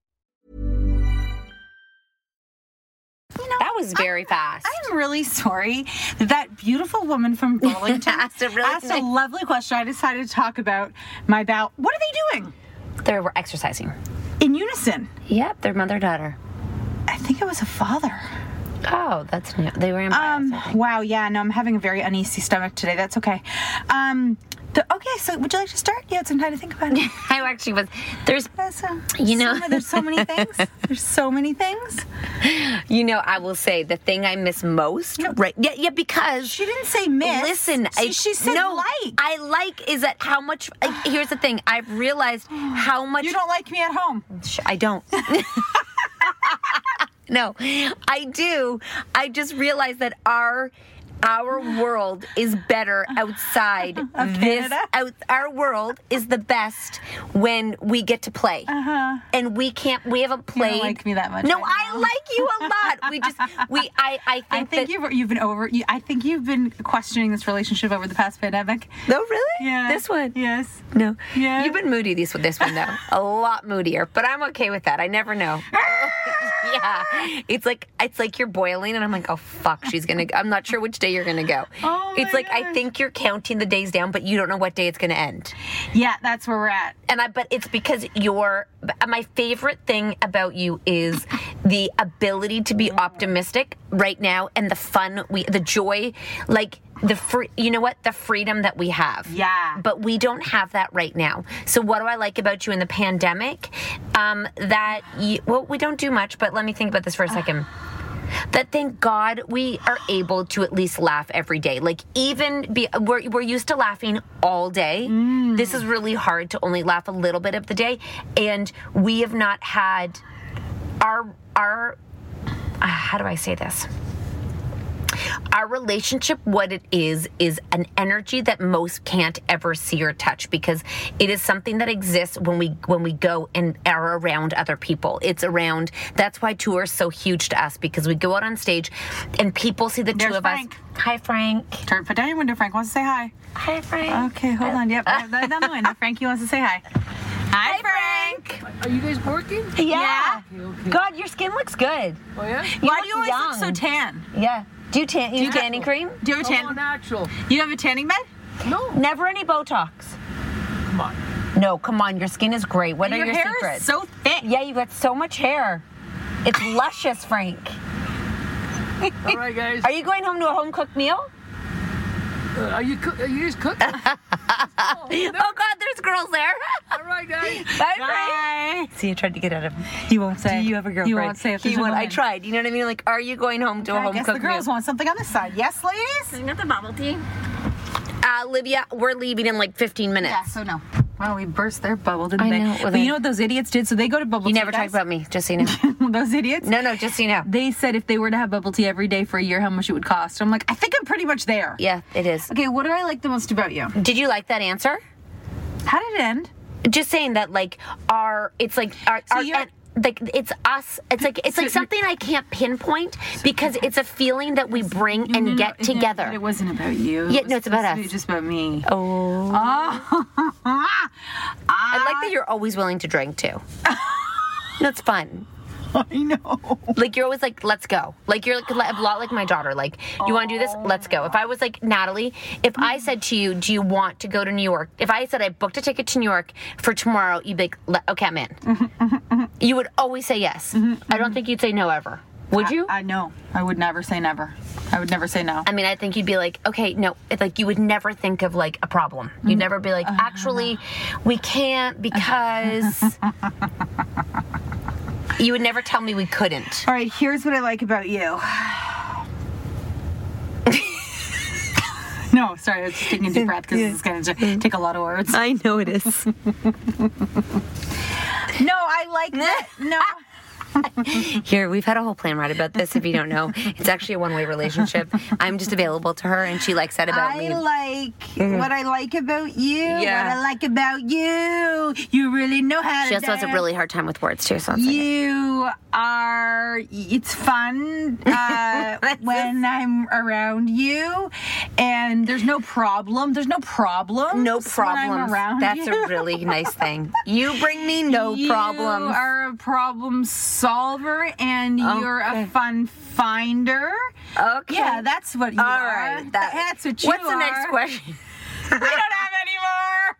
[SPEAKER 7] that was very fast.
[SPEAKER 8] I'm really sorry that that beautiful
[SPEAKER 7] <laughs>
[SPEAKER 8] woman from Burlington asked, a, lovely question. I decided to talk about my bow. What are they doing?
[SPEAKER 7] They're exercising.
[SPEAKER 8] In unison.
[SPEAKER 7] Yep, their mother daughter.
[SPEAKER 8] I think it was a father.
[SPEAKER 7] Oh, that's new. They ran by.
[SPEAKER 8] Um, wow, yeah, no, I'm having a very uneasy stomach today. That's okay. Um, the, okay, so would you like to start? You had some time to think
[SPEAKER 7] <laughs>
[SPEAKER 8] about it.
[SPEAKER 7] I actually was. There's,
[SPEAKER 8] That's, uh,
[SPEAKER 7] you know,
[SPEAKER 8] so- there's so
[SPEAKER 7] <laughs>
[SPEAKER 8] many things. There's so many things.
[SPEAKER 7] You know, I will say the thing I miss most, right? Yeah, yeah, because
[SPEAKER 8] she didn't say miss.
[SPEAKER 7] Listen,
[SPEAKER 8] She- she said
[SPEAKER 7] no,
[SPEAKER 8] like.
[SPEAKER 7] I like is that how much? Like, here's the thing: I've
[SPEAKER 8] <sighs>
[SPEAKER 7] realized how much
[SPEAKER 8] You don't like me at home.
[SPEAKER 7] Sh- I don't. <laughs> no, I do. I just realized that our our world is better
[SPEAKER 8] <laughs>
[SPEAKER 7] outside this out, our world is the best when we get to play uh-huh. and we can't we haven't played
[SPEAKER 8] like me that much
[SPEAKER 7] no
[SPEAKER 8] right
[SPEAKER 7] i
[SPEAKER 8] now.
[SPEAKER 7] like you a lot we just we i i think,
[SPEAKER 8] <laughs> I think
[SPEAKER 7] that,
[SPEAKER 8] you've you've been over. You, I think you've been questioning this relationship over the past pandemic.
[SPEAKER 7] no really
[SPEAKER 8] Yeah.
[SPEAKER 7] this one
[SPEAKER 8] Yes.
[SPEAKER 7] no
[SPEAKER 8] Yeah.
[SPEAKER 7] you've been moody this this one though a lot moodier but i'm okay with that i never
[SPEAKER 8] <laughs>
[SPEAKER 7] know yeah it's like it's like you're boiling and i'm like oh fuck she's gonna i'm not sure which day you're gonna go
[SPEAKER 8] Oh
[SPEAKER 7] it's
[SPEAKER 8] my
[SPEAKER 7] like i think you're counting the days down but you don't know what day it's gonna end
[SPEAKER 8] Yeah, that's where we're at.
[SPEAKER 7] and I but it's because you're but my favorite thing about you is the ability to be optimistic right now and the fun we the joy like the free you know what the freedom that we have
[SPEAKER 8] Yeah.
[SPEAKER 7] but we don't have that right now so what do i like about you in the pandemic um that you, well we don't do much but let me think about this for a second that thank God we are able to at least laugh every day. Like even be we're we're used to laughing all day. This is really hard to only laugh a little bit of the day, and we have not had our our uh, how do I say this? Our relationship, what it is, is an energy that most can't ever see or touch because it is something that exists when we when we go and are around other people. It's around that's why tour is so huge to us because we go out on stage and people see the
[SPEAKER 8] There's
[SPEAKER 7] two of
[SPEAKER 8] Frank.
[SPEAKER 7] us. Hi Frank.
[SPEAKER 8] Turn put down your window. Frank wants to say hi.
[SPEAKER 7] Hi Frank.
[SPEAKER 8] Okay, hold on. Yep, Oh, I- that's on the
[SPEAKER 7] <laughs>
[SPEAKER 8] window. Frankie wants to say hi. Hi, Frank.
[SPEAKER 13] Are you guys working?
[SPEAKER 7] Yeah. God, your skin looks good.
[SPEAKER 13] Oh yeah.
[SPEAKER 8] Why
[SPEAKER 7] look
[SPEAKER 8] do you always look so
[SPEAKER 7] young.
[SPEAKER 8] tan?
[SPEAKER 7] Yeah. Do you tan you
[SPEAKER 8] you-
[SPEAKER 7] tanning cream?
[SPEAKER 8] Do you have a
[SPEAKER 13] I'm
[SPEAKER 8] tan?
[SPEAKER 13] all natural.
[SPEAKER 8] You have a tanning bed?
[SPEAKER 13] No.
[SPEAKER 7] Never any Botox.
[SPEAKER 13] Come on.
[SPEAKER 7] No, come on, your skin is great. What
[SPEAKER 8] your
[SPEAKER 7] are your
[SPEAKER 8] hair
[SPEAKER 7] secrets?
[SPEAKER 8] is so thick.
[SPEAKER 7] Yeah, you got so much hair. It's luscious, <laughs> Frank.
[SPEAKER 13] All right, guys.
[SPEAKER 7] Are you going home to a home cooked meal?
[SPEAKER 13] Uh, are you coo- are you guys
[SPEAKER 7] <laughs>
[SPEAKER 13] cooking?
[SPEAKER 7] Oh God, there's girls there.
[SPEAKER 13] all right, guys.
[SPEAKER 7] <laughs> Bye, Frank.
[SPEAKER 8] Hi.
[SPEAKER 7] See, you tried to get out of him.
[SPEAKER 8] You won't say.
[SPEAKER 7] Do you have a girlfriend?
[SPEAKER 8] You won't say if
[SPEAKER 7] He
[SPEAKER 8] there's a
[SPEAKER 7] won't- I
[SPEAKER 8] woman.
[SPEAKER 7] tried. You know what I mean? Like, are you going home to a
[SPEAKER 8] I
[SPEAKER 7] home
[SPEAKER 8] guess the
[SPEAKER 7] cooked
[SPEAKER 8] girls
[SPEAKER 7] meal?
[SPEAKER 8] want something on this side. Yes, ladies?
[SPEAKER 14] Got the bubble tea?
[SPEAKER 7] Uh, Olivia, we're leaving in like 15 minutes.
[SPEAKER 8] Yeah, so no. Wow, we burst their bubble, didn't
[SPEAKER 7] I
[SPEAKER 8] they?
[SPEAKER 7] know, well,
[SPEAKER 8] but
[SPEAKER 7] they-
[SPEAKER 8] you know what those idiots did? So they go to bubble
[SPEAKER 7] You
[SPEAKER 8] tea.
[SPEAKER 7] never talked
[SPEAKER 8] guys.
[SPEAKER 7] about me, just so you
[SPEAKER 8] <laughs>
[SPEAKER 7] know.
[SPEAKER 8] those idiots.
[SPEAKER 7] no, no, just so you know.
[SPEAKER 8] They said if they were to have bubble tea every day for a year, how much it would cost. I'm like, I think I'm pretty much there.
[SPEAKER 7] Yeah, it is.
[SPEAKER 8] Okay, what do I like the most about you?
[SPEAKER 7] Did you like that answer?
[SPEAKER 8] How did it end?
[SPEAKER 7] Just saying that, like, our it's like our, our
[SPEAKER 8] you're-
[SPEAKER 7] and- like it's us. It's like it's
[SPEAKER 8] So
[SPEAKER 7] like
[SPEAKER 8] you're-
[SPEAKER 7] something I can't pinpoint because it's a feeling that we bring and get together.
[SPEAKER 8] It wasn't about you.
[SPEAKER 7] Yeah,
[SPEAKER 8] It
[SPEAKER 7] no, it's about us.
[SPEAKER 8] was Just about me.
[SPEAKER 7] Oh. I like that you're always willing to drink
[SPEAKER 8] <laughs>
[SPEAKER 7] too. That's fun.
[SPEAKER 8] <laughs> I know.
[SPEAKER 7] Like you're always like, let's go. Like you're like, a lot like my daughter. Like, you want to do this? Let's go. If I was like Natalie, if I
[SPEAKER 8] Mm-hmm.
[SPEAKER 7] said to you, do you want to go to New York? If I said I booked a ticket to New York for tomorrow, you'd be like, "Le- okay, I'm in.
[SPEAKER 8] Mm-hmm,
[SPEAKER 7] You would always say yes. I don't think you'd say no ever. Would you?
[SPEAKER 8] I know. I would never say never. I would never say no.
[SPEAKER 7] I mean, I think you'd be like, okay, no, it- like you would never think of like a problem.
[SPEAKER 8] Mm-hmm.
[SPEAKER 7] You'd never be like,
[SPEAKER 8] Uh-huh,
[SPEAKER 7] actually, we can't
[SPEAKER 8] <laughs>
[SPEAKER 7] because. you would never tell me we couldn't.
[SPEAKER 8] All right, here's what I like about
[SPEAKER 7] <sighs>
[SPEAKER 8] you. no, sorry, I was just taking a deep breath because this is going to take a lot of words. I know it is. <laughs> no, I like that.
[SPEAKER 7] <laughs>
[SPEAKER 8] No.
[SPEAKER 7] Here, we've had a whole plan right about this. If you don't
[SPEAKER 8] <laughs>
[SPEAKER 7] know, it's actually a one way relationship. I'm just available to her, and she likes that about
[SPEAKER 8] I
[SPEAKER 7] me.
[SPEAKER 8] like
[SPEAKER 7] Mhm.
[SPEAKER 8] what I like about you.
[SPEAKER 7] Yeah.
[SPEAKER 8] What I like about you. You really know how
[SPEAKER 7] she
[SPEAKER 8] to.
[SPEAKER 7] also has a
[SPEAKER 8] dance.
[SPEAKER 7] really hard time with words, too. So it's like-
[SPEAKER 8] You are.
[SPEAKER 7] <laughs>
[SPEAKER 8] It's fun uh, when I'm around you, and there's no problem. There's no problem.
[SPEAKER 7] no problems. That's a really nice thing. You bring me no
[SPEAKER 8] you
[SPEAKER 7] problems.
[SPEAKER 8] are a problem solver, and you're a fun finder.
[SPEAKER 7] Okay.
[SPEAKER 8] Yeah, that's what you
[SPEAKER 7] All
[SPEAKER 8] are.
[SPEAKER 7] right, that-
[SPEAKER 8] that's what you
[SPEAKER 7] What's the
[SPEAKER 8] are.
[SPEAKER 7] next
[SPEAKER 8] <laughs>
[SPEAKER 7] question? <laughs>
[SPEAKER 8] we don't have any more.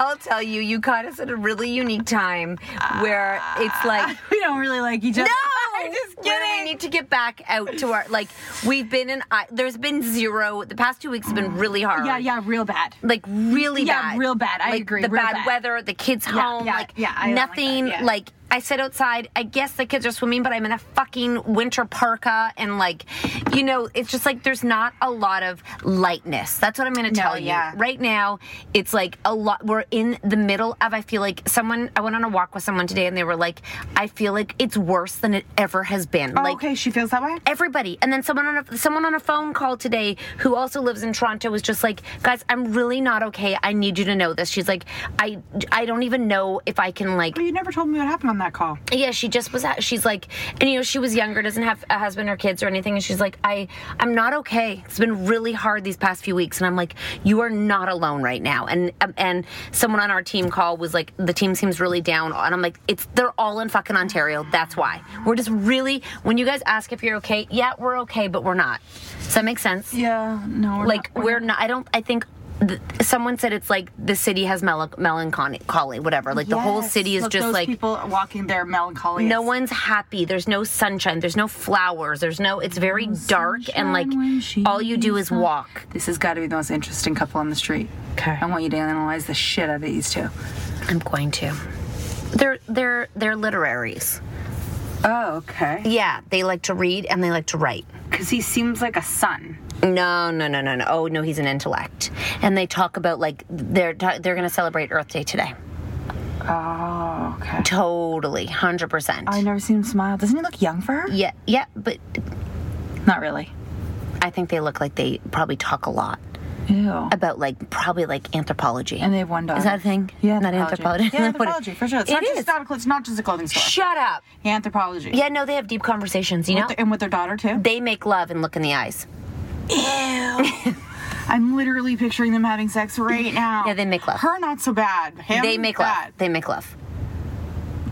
[SPEAKER 7] I'll tell you, you caught us at a really unique time where it's
[SPEAKER 8] Ah. <laughs>
[SPEAKER 7] like
[SPEAKER 8] we don't really like each <laughs> other.
[SPEAKER 7] No, I'm just kidding. we need to get back out to our like we've been in. I, there's been zero. The past two weeks have been really hard.
[SPEAKER 8] Yeah, yeah, real bad.
[SPEAKER 7] Like really
[SPEAKER 8] Yeah,
[SPEAKER 7] bad.
[SPEAKER 8] real bad. I
[SPEAKER 7] Like,
[SPEAKER 8] agree,
[SPEAKER 7] The
[SPEAKER 8] real
[SPEAKER 7] bad,
[SPEAKER 8] bad.
[SPEAKER 7] weather, the kids
[SPEAKER 8] Yeah,
[SPEAKER 7] home,
[SPEAKER 8] yeah,
[SPEAKER 7] like
[SPEAKER 8] yeah, I don't like that,
[SPEAKER 7] nothing.
[SPEAKER 8] yeah.
[SPEAKER 7] like, I sit outside. I guess the kids are swimming, but I'm in a fucking winter parka, and like, you know, it's just like there's not a lot of lightness. That's what I'm gonna tell
[SPEAKER 8] yeah.
[SPEAKER 7] you right now. It's like a lot. We're in the middle of. I feel like someone. I went on a walk with someone today, and they were like, "I feel like it's worse than it ever has been."
[SPEAKER 8] Oh,
[SPEAKER 7] like, Eh,
[SPEAKER 8] okay, she feels that way.
[SPEAKER 7] everybody. And then someone on a someone on a phone call today who also lives in Toronto was just like, "Guys, I'm really not okay. I need you to know this." She's like, "I I don't even know if I can like."
[SPEAKER 8] Well, you never told me what happened on that call.
[SPEAKER 7] Yeah, she just was. at- She's like, and you know, she was younger, doesn't have a husband or kids or anything, and she's like, "I I'm not okay. It's been really hard these past few weeks." And I'm like, "You are not alone right now." And um, and someone on our team call was like, "The team seems really down," and I'm like, "It's they're all in fucking Ontario. That's why we're just really when you guys ask if you're okay, yeah, we're okay, but we're not." Does that make sense?
[SPEAKER 8] Yeah, no.
[SPEAKER 7] like we're not. I don't. I think. th- Someone said it's like the city has mel- melancholy, whatever. Like the whole
[SPEAKER 8] Yes.
[SPEAKER 7] city is
[SPEAKER 8] Look,
[SPEAKER 7] just
[SPEAKER 8] those
[SPEAKER 7] like
[SPEAKER 8] people walking their melancholy.
[SPEAKER 7] no one's happy. There's no sunshine. There's no flowers. There's no. It's very dark and like all you do is walk.
[SPEAKER 8] This has got to be the most interesting couple on the street.
[SPEAKER 7] Okay.
[SPEAKER 8] I want you to analyze the shit out of these two.
[SPEAKER 7] I'm going to. They're they're they're literaries.
[SPEAKER 8] Oh, okay.
[SPEAKER 7] Yeah, they like to read and they like to write.
[SPEAKER 8] Because he seems like a son.
[SPEAKER 7] No, no, no, no, no. Oh no, he's an intellect. And they talk about like they're ta- they're gonna celebrate Earth Day today.
[SPEAKER 8] Oh, okay.
[SPEAKER 7] Totally, hundred percent.
[SPEAKER 8] I never seen him smile. Doesn't he look young for her?
[SPEAKER 7] Yeah, yeah, but
[SPEAKER 8] Not really.
[SPEAKER 7] I think they look like they probably talk a lot
[SPEAKER 8] Ew.
[SPEAKER 7] about like probably like anthropology.
[SPEAKER 8] And they have one daughter.
[SPEAKER 7] Is that a thing?
[SPEAKER 8] Yeah,
[SPEAKER 7] not anthropology. <laughs>
[SPEAKER 8] Yeah, anthropology for sure. It's
[SPEAKER 7] It
[SPEAKER 8] not just
[SPEAKER 7] is.
[SPEAKER 8] not a, it's not just a clothing store.
[SPEAKER 7] Shut up.
[SPEAKER 8] Anthropology.
[SPEAKER 7] Yeah, no, they have deep conversations, you
[SPEAKER 8] With
[SPEAKER 7] know?
[SPEAKER 8] the- and with their daughter too.
[SPEAKER 7] they make love and look in the eyes.
[SPEAKER 8] I'm literally picturing them having
[SPEAKER 7] <laughs>
[SPEAKER 8] sex right now.
[SPEAKER 7] Yeah, they make love.
[SPEAKER 8] Her not so bad. Him
[SPEAKER 7] they make
[SPEAKER 8] bad.
[SPEAKER 7] love. They make love.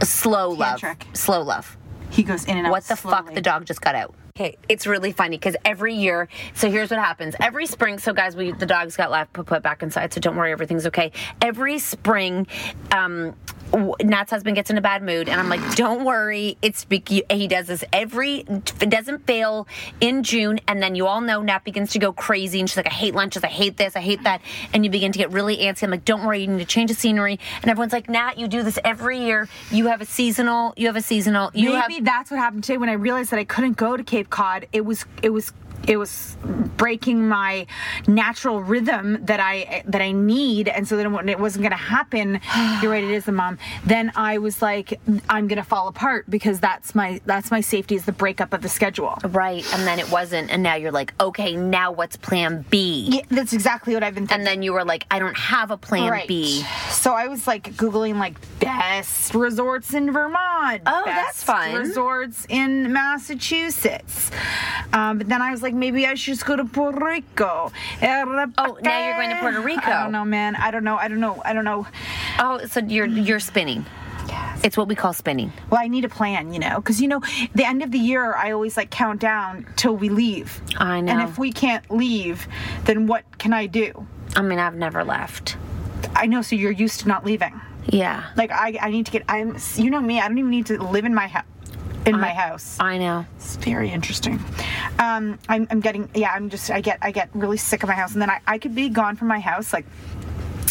[SPEAKER 7] Slow love.
[SPEAKER 8] Tantric.
[SPEAKER 7] Slow love.
[SPEAKER 8] He goes in and out.
[SPEAKER 7] What the fuck?
[SPEAKER 8] slowly.
[SPEAKER 7] The dog just got out. Okay, it's really funny because every year, so here's what happens. Every spring, so guys, we the dogs got left put, put back inside, so don't worry, everything's okay. Every spring, um, w- Nat's husband gets in a bad mood, and I'm like, don't worry, it's be- you- he does this every it doesn't fail in June, and then you all know Nat begins to go crazy, and she's like, I hate lunches, I hate this, I hate that, and you begin to get really antsy. I'm like, don't worry, you need to change the scenery, and everyone's like, Nat, you do this every year. You have a seasonal, you have a seasonal, you
[SPEAKER 8] Maybe
[SPEAKER 7] have
[SPEAKER 8] that's what happened today when I realized that I couldn't go to Cape Cod. It was it was
[SPEAKER 6] it was breaking my natural rhythm that I that I need, and so then when it wasn't going to happen, you're right, it is the mom. Then I was like, I'm going to fall apart because that's my that's my safety is the breakup of the schedule.
[SPEAKER 7] Right, and then it wasn't, and now you're like, okay, now what's Plan B? Yeah,
[SPEAKER 6] that's exactly what I've been.
[SPEAKER 7] thinking. And then you were like, I don't have a Plan
[SPEAKER 6] Right.
[SPEAKER 7] B.
[SPEAKER 6] So I was like googling like best resorts in Vermont.
[SPEAKER 7] Oh,
[SPEAKER 6] best
[SPEAKER 7] that's fun.
[SPEAKER 6] Resorts in Massachusetts. Um, but then I was like, maybe I should just go to Puerto Rico. Oh,
[SPEAKER 7] now you're going to Puerto Rico.
[SPEAKER 6] I don't know, man. I don't know. I don't know. I don't know.
[SPEAKER 7] Oh, so you're you're spinning. Yes. It's what we call spinning.
[SPEAKER 6] Well, I need a plan, you know, because you know, the end of the year, I always like count down till we leave.
[SPEAKER 7] I know.
[SPEAKER 6] And if we can't leave, then what can I do?
[SPEAKER 7] I mean, I've never left.
[SPEAKER 6] I know. So you're used to not leaving.
[SPEAKER 7] Yeah.
[SPEAKER 6] Like I, I need to get. I'm. You know me. I don't even need to live in my house. In my house.
[SPEAKER 7] I know.
[SPEAKER 6] It's very interesting. Um, I'm, I'm getting. Yeah, I'm just. I get. I get really sick of my house, and then I, I could be gone from my house like.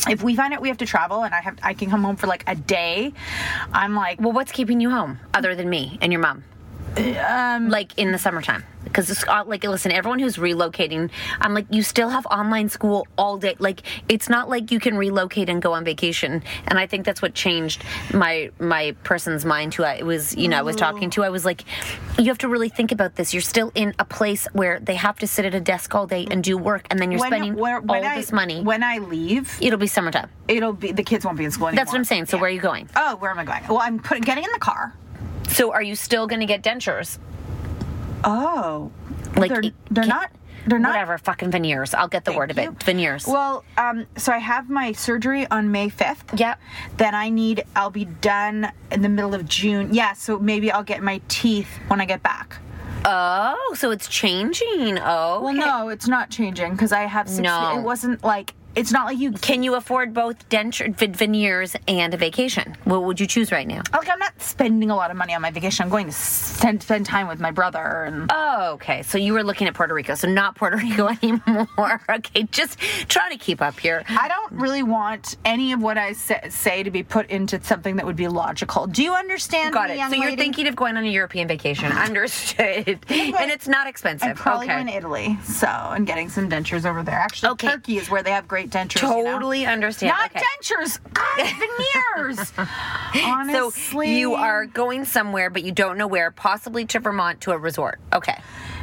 [SPEAKER 6] If we find out we have to travel and I have I can come home for like a day, I'm like,
[SPEAKER 7] well, what's keeping you home other than me and your mom?
[SPEAKER 6] Um,
[SPEAKER 7] like in the summertime, because it's uh, like listen, everyone who's relocating, I'm like, you still have online school all day. Like it's not like you can relocate and go on vacation. And I think that's what changed my my person's mind. Who I was, you know, I was talking to. I was like, you have to really think about this. You're still in a place where they have to sit at a desk all day and do work, and then you're
[SPEAKER 6] When-
[SPEAKER 7] spending
[SPEAKER 6] where- when
[SPEAKER 7] all
[SPEAKER 6] I-
[SPEAKER 7] this money.
[SPEAKER 6] When I leave,
[SPEAKER 7] it'll be summertime.
[SPEAKER 6] It'll be the kids won't be in school anymore.
[SPEAKER 7] That's what I'm saying. So where are you going?
[SPEAKER 6] Oh, where am I going? Well, I'm put, getting in the car.
[SPEAKER 7] So are you still going to get dentures?
[SPEAKER 6] Oh,
[SPEAKER 7] like
[SPEAKER 6] they're, they're not. They're not.
[SPEAKER 7] Whatever, fucking veneers. I'll get the word of it. Veneers.
[SPEAKER 6] Well, um, so I have my surgery on May 5th.
[SPEAKER 7] Yep.
[SPEAKER 6] Then I need, I'll be done in the middle of June. Yeah, so maybe I'll get my teeth when I get back.
[SPEAKER 7] Oh, so it's changing. Oh.
[SPEAKER 6] Well, no, it's not changing because I have six.
[SPEAKER 7] No.
[SPEAKER 6] It wasn't like, it's not like you.
[SPEAKER 7] Can you afford both denture v- veneers and a vacation? What would you choose right now?
[SPEAKER 6] Like, I'm not spending a lot of money on my vacation. I'm going to spend, spend time with my brother and.
[SPEAKER 7] Oh, okay. So you were looking at Puerto Rico. So not Puerto <laughs> Rico anymore. <laughs> okay, just try to keep up here.
[SPEAKER 6] I don't really want any of what I sa- say to be put into something that would be logical. Do you understand?
[SPEAKER 7] Got
[SPEAKER 6] me,
[SPEAKER 7] it.
[SPEAKER 6] young
[SPEAKER 7] So you're
[SPEAKER 6] lady?
[SPEAKER 7] thinking of going on a
[SPEAKER 6] <gasps>
[SPEAKER 7] European vacation. Understood. and it's not expensive.
[SPEAKER 6] I'm probably
[SPEAKER 7] okay.
[SPEAKER 6] going to Italy, so and getting some dentures over there. Actually, Turkey is where they have great dentures. you know?
[SPEAKER 7] Totally understand.
[SPEAKER 6] Not
[SPEAKER 7] Okay.
[SPEAKER 6] dentures,
[SPEAKER 7] <laughs>
[SPEAKER 6] God, veneers.
[SPEAKER 7] So
[SPEAKER 6] Honestly,
[SPEAKER 7] you are going somewhere, but you don't know where, possibly to Vermont to a resort. Okay.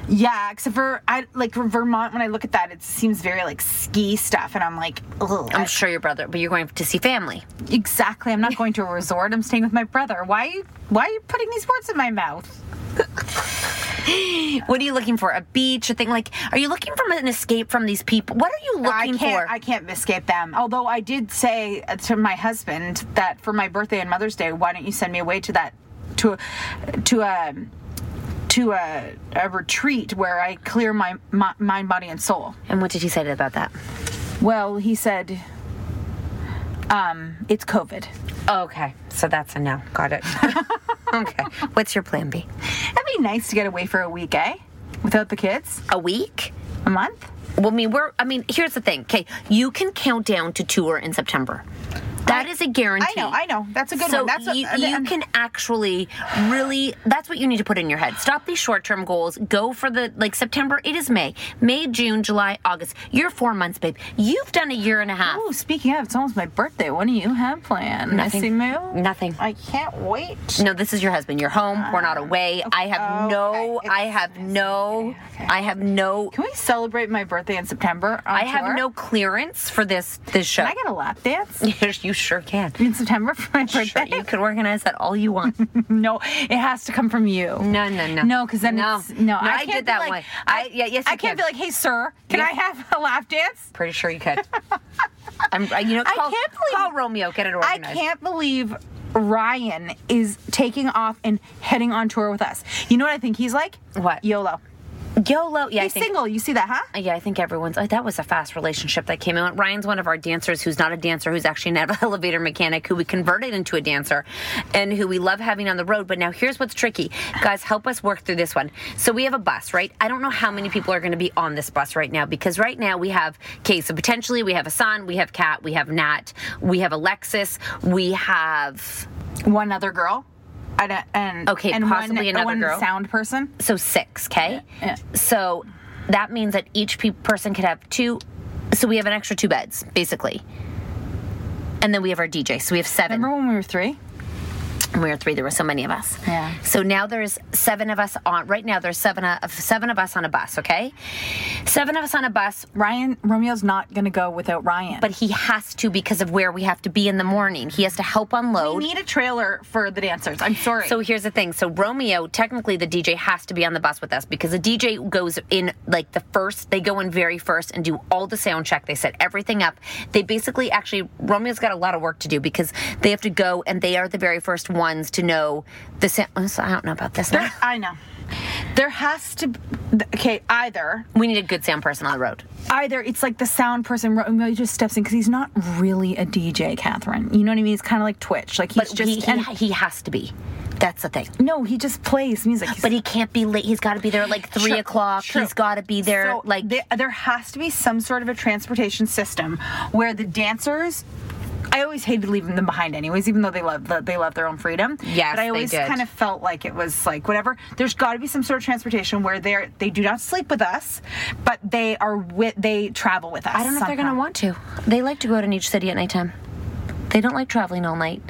[SPEAKER 6] Yeah, except for I like for Vermont. When I look at that, it seems very like ski stuff, and I'm like, ugh.
[SPEAKER 7] I'm sure your brother, but you're going to see family.
[SPEAKER 6] Exactly. I'm
[SPEAKER 7] <laughs>
[SPEAKER 6] not going to a resort. I'm staying with my brother. Why? are you- Why are you putting these words in my mouth?
[SPEAKER 7] What are you looking for? A beach? A thing like? Are you looking for an escape from these people? What are you looking
[SPEAKER 6] I can't,
[SPEAKER 7] for?
[SPEAKER 6] I can't escape them. Although I did say to my husband that for my birthday and Mother's Day, why don't you send me away to that to to a to a, a retreat where I clear my, my mind, body, and soul.
[SPEAKER 7] and what did he say about that?
[SPEAKER 6] Well, he said, um, it's COVID.
[SPEAKER 7] Okay, so that's a no. Got it. <laughs> okay, what's your plan B?
[SPEAKER 6] That'd be nice to get away for a week, eh? Without the kids?
[SPEAKER 7] A week?
[SPEAKER 6] A month?
[SPEAKER 7] Well, I mean, we're. I mean, here's the thing. Okay, you can count down to tour in September. That is a guarantee.
[SPEAKER 6] I know, I know. That's a good
[SPEAKER 7] so
[SPEAKER 6] one. That's a-
[SPEAKER 7] you,
[SPEAKER 6] uh,
[SPEAKER 7] you
[SPEAKER 6] and-
[SPEAKER 7] can actually really. That's what you need to put in your head. Stop these short-term goals. Go for the like September. It is May, May, June, July, August. You're four months, babe. You've done a year and a half.
[SPEAKER 6] Oh, speaking of, it's almost my birthday. What do you have planned?
[SPEAKER 7] Nothing.
[SPEAKER 6] Missy Moo?
[SPEAKER 7] Nothing.
[SPEAKER 6] I can't wait.
[SPEAKER 7] No, this is your husband. You're home. We're not
[SPEAKER 6] Uh,
[SPEAKER 7] away. I have no. I have no. I have no.
[SPEAKER 6] Can we celebrate my birthday in September? on
[SPEAKER 7] I have
[SPEAKER 6] tour?
[SPEAKER 7] no clearance for this this show.
[SPEAKER 6] Can I get a lap dance?
[SPEAKER 7] Yes, <laughs> you sure can.
[SPEAKER 6] In September for my birthday.
[SPEAKER 7] you could organize that all you want.
[SPEAKER 6] <laughs> no, it has to come from you.
[SPEAKER 7] No, no, no.
[SPEAKER 6] No, because then
[SPEAKER 7] No.
[SPEAKER 6] it's, no,
[SPEAKER 7] No, I
[SPEAKER 6] can't
[SPEAKER 7] did
[SPEAKER 6] be
[SPEAKER 7] that
[SPEAKER 6] like,
[SPEAKER 7] one. I- yeah, yes,
[SPEAKER 6] I
[SPEAKER 7] you
[SPEAKER 6] can't
[SPEAKER 7] can.
[SPEAKER 6] be like, hey, sir, can
[SPEAKER 7] Yeah.
[SPEAKER 6] I have a lap dance?
[SPEAKER 7] Pretty sure you could. I'm. I- You know,
[SPEAKER 6] I
[SPEAKER 7] call,
[SPEAKER 6] can't believe-
[SPEAKER 7] call Romeo. Get
[SPEAKER 6] I
[SPEAKER 7] it organized.
[SPEAKER 6] can't believe Ryan is taking off and heading on tour with us. You know what I think he's like?
[SPEAKER 7] What?
[SPEAKER 6] YOLO.
[SPEAKER 7] YOLO. Yeah, I
[SPEAKER 6] He's
[SPEAKER 7] think-
[SPEAKER 6] single. You see that, huh?
[SPEAKER 7] Yeah, I think everyone's. Oh, that was a fast relationship that came out. Ryan's one of our dancers who's not a dancer, who's actually an <laughs> elevator mechanic, who we converted into a dancer and who we love having on the road. But now here's what's tricky. Guys, help us work through this one. So we have a bus, right? I don't know how many people are going to be on this bus right now because right now we have, okay, so potentially we have Hassan, we have Kat, we have Nat, we have Alexis, we have.
[SPEAKER 6] One other girl. And, and
[SPEAKER 7] Okay,
[SPEAKER 6] and
[SPEAKER 7] possibly
[SPEAKER 6] one,
[SPEAKER 7] another
[SPEAKER 6] one
[SPEAKER 7] girl.
[SPEAKER 6] sound person.
[SPEAKER 7] So six, okay? So that means that each pe- person could have two. So we have an extra two beds, basically. And then we have our DJ. So we have seven. Remember
[SPEAKER 6] when we were three?
[SPEAKER 7] When we were three, there were so many of us.
[SPEAKER 6] Yeah.
[SPEAKER 7] So now there's seven of us on. Right now there's seven uh, of seven of us on a bus. Okay, seven of us on a bus.
[SPEAKER 6] Ryan Romeo's not going to go without Ryan,
[SPEAKER 7] but he has to because of where we have to be in the morning. He has to help unload.
[SPEAKER 6] We need a trailer for the dancers. I'm sorry.
[SPEAKER 7] So here's the thing. So Romeo, technically the DJ has to be on the bus with us because the DJ goes in like the first. They go in very first and do all the sound check. They set everything up. They basically actually Romeo's got a lot of work to do because they have to go and they are the very first ones to know the sound. oh, I don't know about this.
[SPEAKER 6] There- <laughs>
[SPEAKER 7] now.
[SPEAKER 6] I know. There has to. b- th- Okay, either
[SPEAKER 7] We need a good sound person on the road.
[SPEAKER 6] either it's like the sound person Romeo just steps in because he's not really a DJ, Catherine. You know what I mean? He's kind of like Twitch. Like he's
[SPEAKER 7] But
[SPEAKER 6] just
[SPEAKER 7] he, he,
[SPEAKER 6] and-
[SPEAKER 7] he has to be. That's the thing.
[SPEAKER 6] No, he just plays music.
[SPEAKER 7] But he can't be late. He's got to be there at like three
[SPEAKER 6] Sure,
[SPEAKER 7] o'clock.
[SPEAKER 6] sure.
[SPEAKER 7] He's got to be there.
[SPEAKER 6] So like there, there has to be some sort of a transportation system where the dancers. I always hated leaving them behind, anyways, even though they love they love their own freedom.
[SPEAKER 7] Yes,
[SPEAKER 6] but I
[SPEAKER 7] they
[SPEAKER 6] always
[SPEAKER 7] did.
[SPEAKER 6] kind of felt like it was like whatever. There's got to be some sort of transportation where they they do not sleep with us, but they are with they travel with us.
[SPEAKER 7] I don't know if they're gonna want to. They like to go out in each city at nighttime. They don't like traveling all night.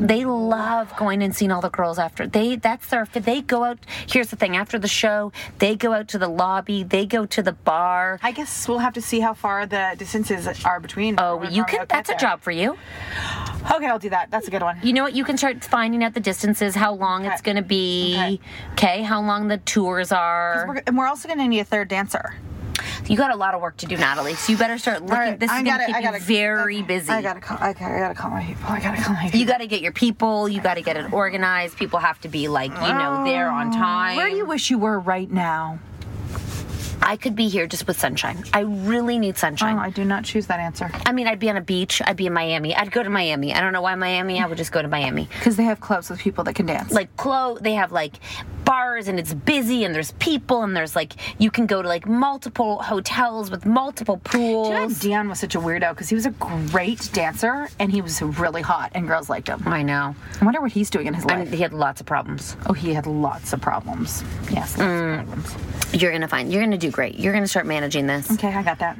[SPEAKER 7] They love going and seeing all the girls after. They that's their they go out. Here's the thing: after the show, they go out to the lobby. They go to the bar.
[SPEAKER 6] I guess we'll have to see how far the distances are between.
[SPEAKER 7] Oh, you can. That's a job for you.
[SPEAKER 6] Okay, I'll do that. That's a good one.
[SPEAKER 7] You know what? You can start finding out the distances, how long it's going to be. Okay. how long the tours are.
[SPEAKER 6] We're, and we're also gonna need a third dancer.
[SPEAKER 7] You got a lot of work to do, Natalie. So you better start looking. this is
[SPEAKER 6] I
[SPEAKER 7] going to
[SPEAKER 6] gotta-
[SPEAKER 7] keep
[SPEAKER 6] I
[SPEAKER 7] you
[SPEAKER 6] gotta-
[SPEAKER 7] very busy.
[SPEAKER 6] I gotta call. Okay, I gotta call my people. I gotta call my people.
[SPEAKER 7] You got to get your people. You got to get it organized. People have to be like, you know, there on time.
[SPEAKER 6] Where do you wish you were right now?
[SPEAKER 7] I could be here just with sunshine. I really need sunshine.
[SPEAKER 6] Oh, I do not choose that answer
[SPEAKER 7] I mean, I'd be on a beach. I'd be in Miami. I'd go to Miami. I don't know why Miami. I would just go to Miami.
[SPEAKER 6] because they have clubs with people that can dance.
[SPEAKER 7] Like clo, they have like bars and it's busy and there's people and there's like you can go to like multiple hotels with multiple pools.
[SPEAKER 6] Do you know Dion was such a weirdo because he was a great dancer and he was really hot and girls liked him.
[SPEAKER 7] I know.
[SPEAKER 6] I wonder what he's doing in his
[SPEAKER 7] I mean,
[SPEAKER 6] life.
[SPEAKER 7] he had lots of problems.
[SPEAKER 6] oh, he had lots of problems. Yes, lots
[SPEAKER 8] Mm.
[SPEAKER 6] of problems.
[SPEAKER 7] You're gonna find. You're gonna do great. You're gonna start managing this.
[SPEAKER 6] Okay, I got that.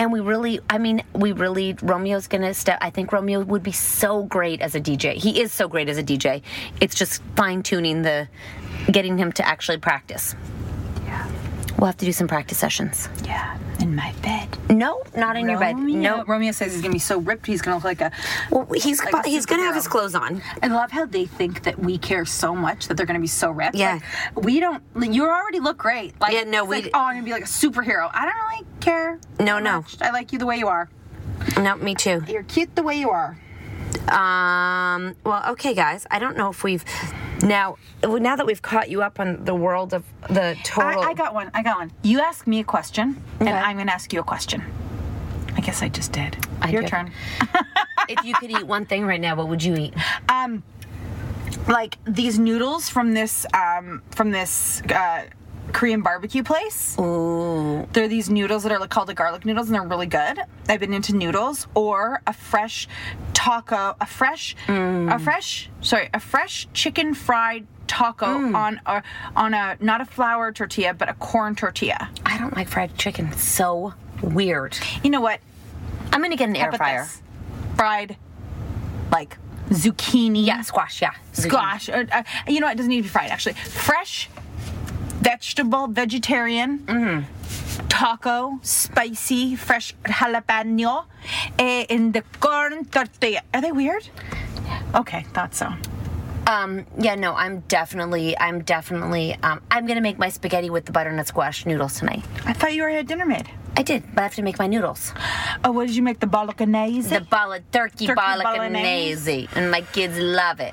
[SPEAKER 7] And we really, I mean, we really, Romeo's gonna step. I think Romeo would be so great as a DJ. He is so great as a DJ. It's just fine tuning the, getting him to actually practice.
[SPEAKER 6] Yeah.
[SPEAKER 7] We'll have to do some practice sessions.
[SPEAKER 6] Yeah, in my bed.
[SPEAKER 7] No, not in your bed.
[SPEAKER 8] Romeo-
[SPEAKER 7] No.
[SPEAKER 8] Romeo says he's gonna be so ripped. He's gonna look like a.
[SPEAKER 7] Well, he's
[SPEAKER 8] like
[SPEAKER 7] but
[SPEAKER 8] a
[SPEAKER 7] he's gonna have his
[SPEAKER 8] superhero.
[SPEAKER 7] clothes on.
[SPEAKER 8] I love how they think that we care so much that they're gonna be so ripped.
[SPEAKER 7] Yeah.
[SPEAKER 8] Like, we don't. like, You already look great. Like,
[SPEAKER 7] Yeah, no,
[SPEAKER 8] it's
[SPEAKER 7] we
[SPEAKER 8] Like,
[SPEAKER 7] d-
[SPEAKER 8] oh, I'm gonna be like a superhero. I don't really care.
[SPEAKER 7] No, no.
[SPEAKER 8] much. I like you the way you are.
[SPEAKER 7] No, me too.
[SPEAKER 8] You're cute the way you are.
[SPEAKER 7] Um, well, okay, guys. I don't know if we've now. Now that we've caught you up on the world of the total.
[SPEAKER 6] I, I got one. I got one. You ask me a question,
[SPEAKER 7] Okay.
[SPEAKER 6] and I'm going to ask you a question. I guess I just did.
[SPEAKER 7] I
[SPEAKER 6] Your
[SPEAKER 7] did.
[SPEAKER 6] turn.
[SPEAKER 7] if you could eat one thing right now, what would you eat?
[SPEAKER 6] Um, like these noodles from this um, from this uh, Korean barbecue place.
[SPEAKER 7] Ooh.
[SPEAKER 6] They're these noodles that are called the garlic noodles, and they're really good. I've been into noodles or a fresh taco, a fresh,
[SPEAKER 8] Mm.
[SPEAKER 6] a fresh, sorry, a fresh chicken fried taco
[SPEAKER 8] Mm.
[SPEAKER 6] on a on a not a flour tortilla but a corn tortilla.
[SPEAKER 7] I don't like fried chicken. It's so weird.
[SPEAKER 6] You know what?
[SPEAKER 7] I'm gonna get an air
[SPEAKER 6] How about
[SPEAKER 7] fryer.
[SPEAKER 6] this? Fried, like zucchini.
[SPEAKER 7] Yeah, squash. Yeah, zucchini.
[SPEAKER 6] Squash. or, uh, you know what? It doesn't need to be fried, actually. Fresh, vegetable, vegetarian, taco, spicy, fresh jalapeno, eh, in the corn tortilla. Are they weird? Okay, thought so.
[SPEAKER 7] Um, yeah, no, I'm definitely, I'm definitely, um, I'm gonna make my spaghetti with the butternut squash noodles tonight.
[SPEAKER 6] I thought you already had dinner made.
[SPEAKER 7] I did, but I have to make my noodles.
[SPEAKER 6] Oh, what did you make? The bolognese?
[SPEAKER 7] The bala, turkey,
[SPEAKER 6] Turkey
[SPEAKER 7] bolognese, and my kids love it.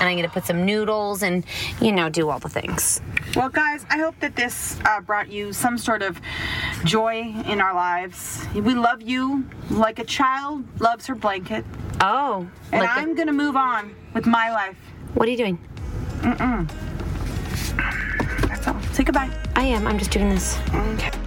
[SPEAKER 7] And I'm gonna put some noodles and, you know, do all the things.
[SPEAKER 6] Well, guys, I hope that this uh, brought you some sort of joy in our lives. We love you like a child loves her blanket.
[SPEAKER 7] Oh,
[SPEAKER 6] And
[SPEAKER 7] like a-
[SPEAKER 6] I'm going to move on with my life.
[SPEAKER 7] what are you doing?
[SPEAKER 6] That's all. Say goodbye.
[SPEAKER 7] I am. I'm just doing this.
[SPEAKER 6] Okay.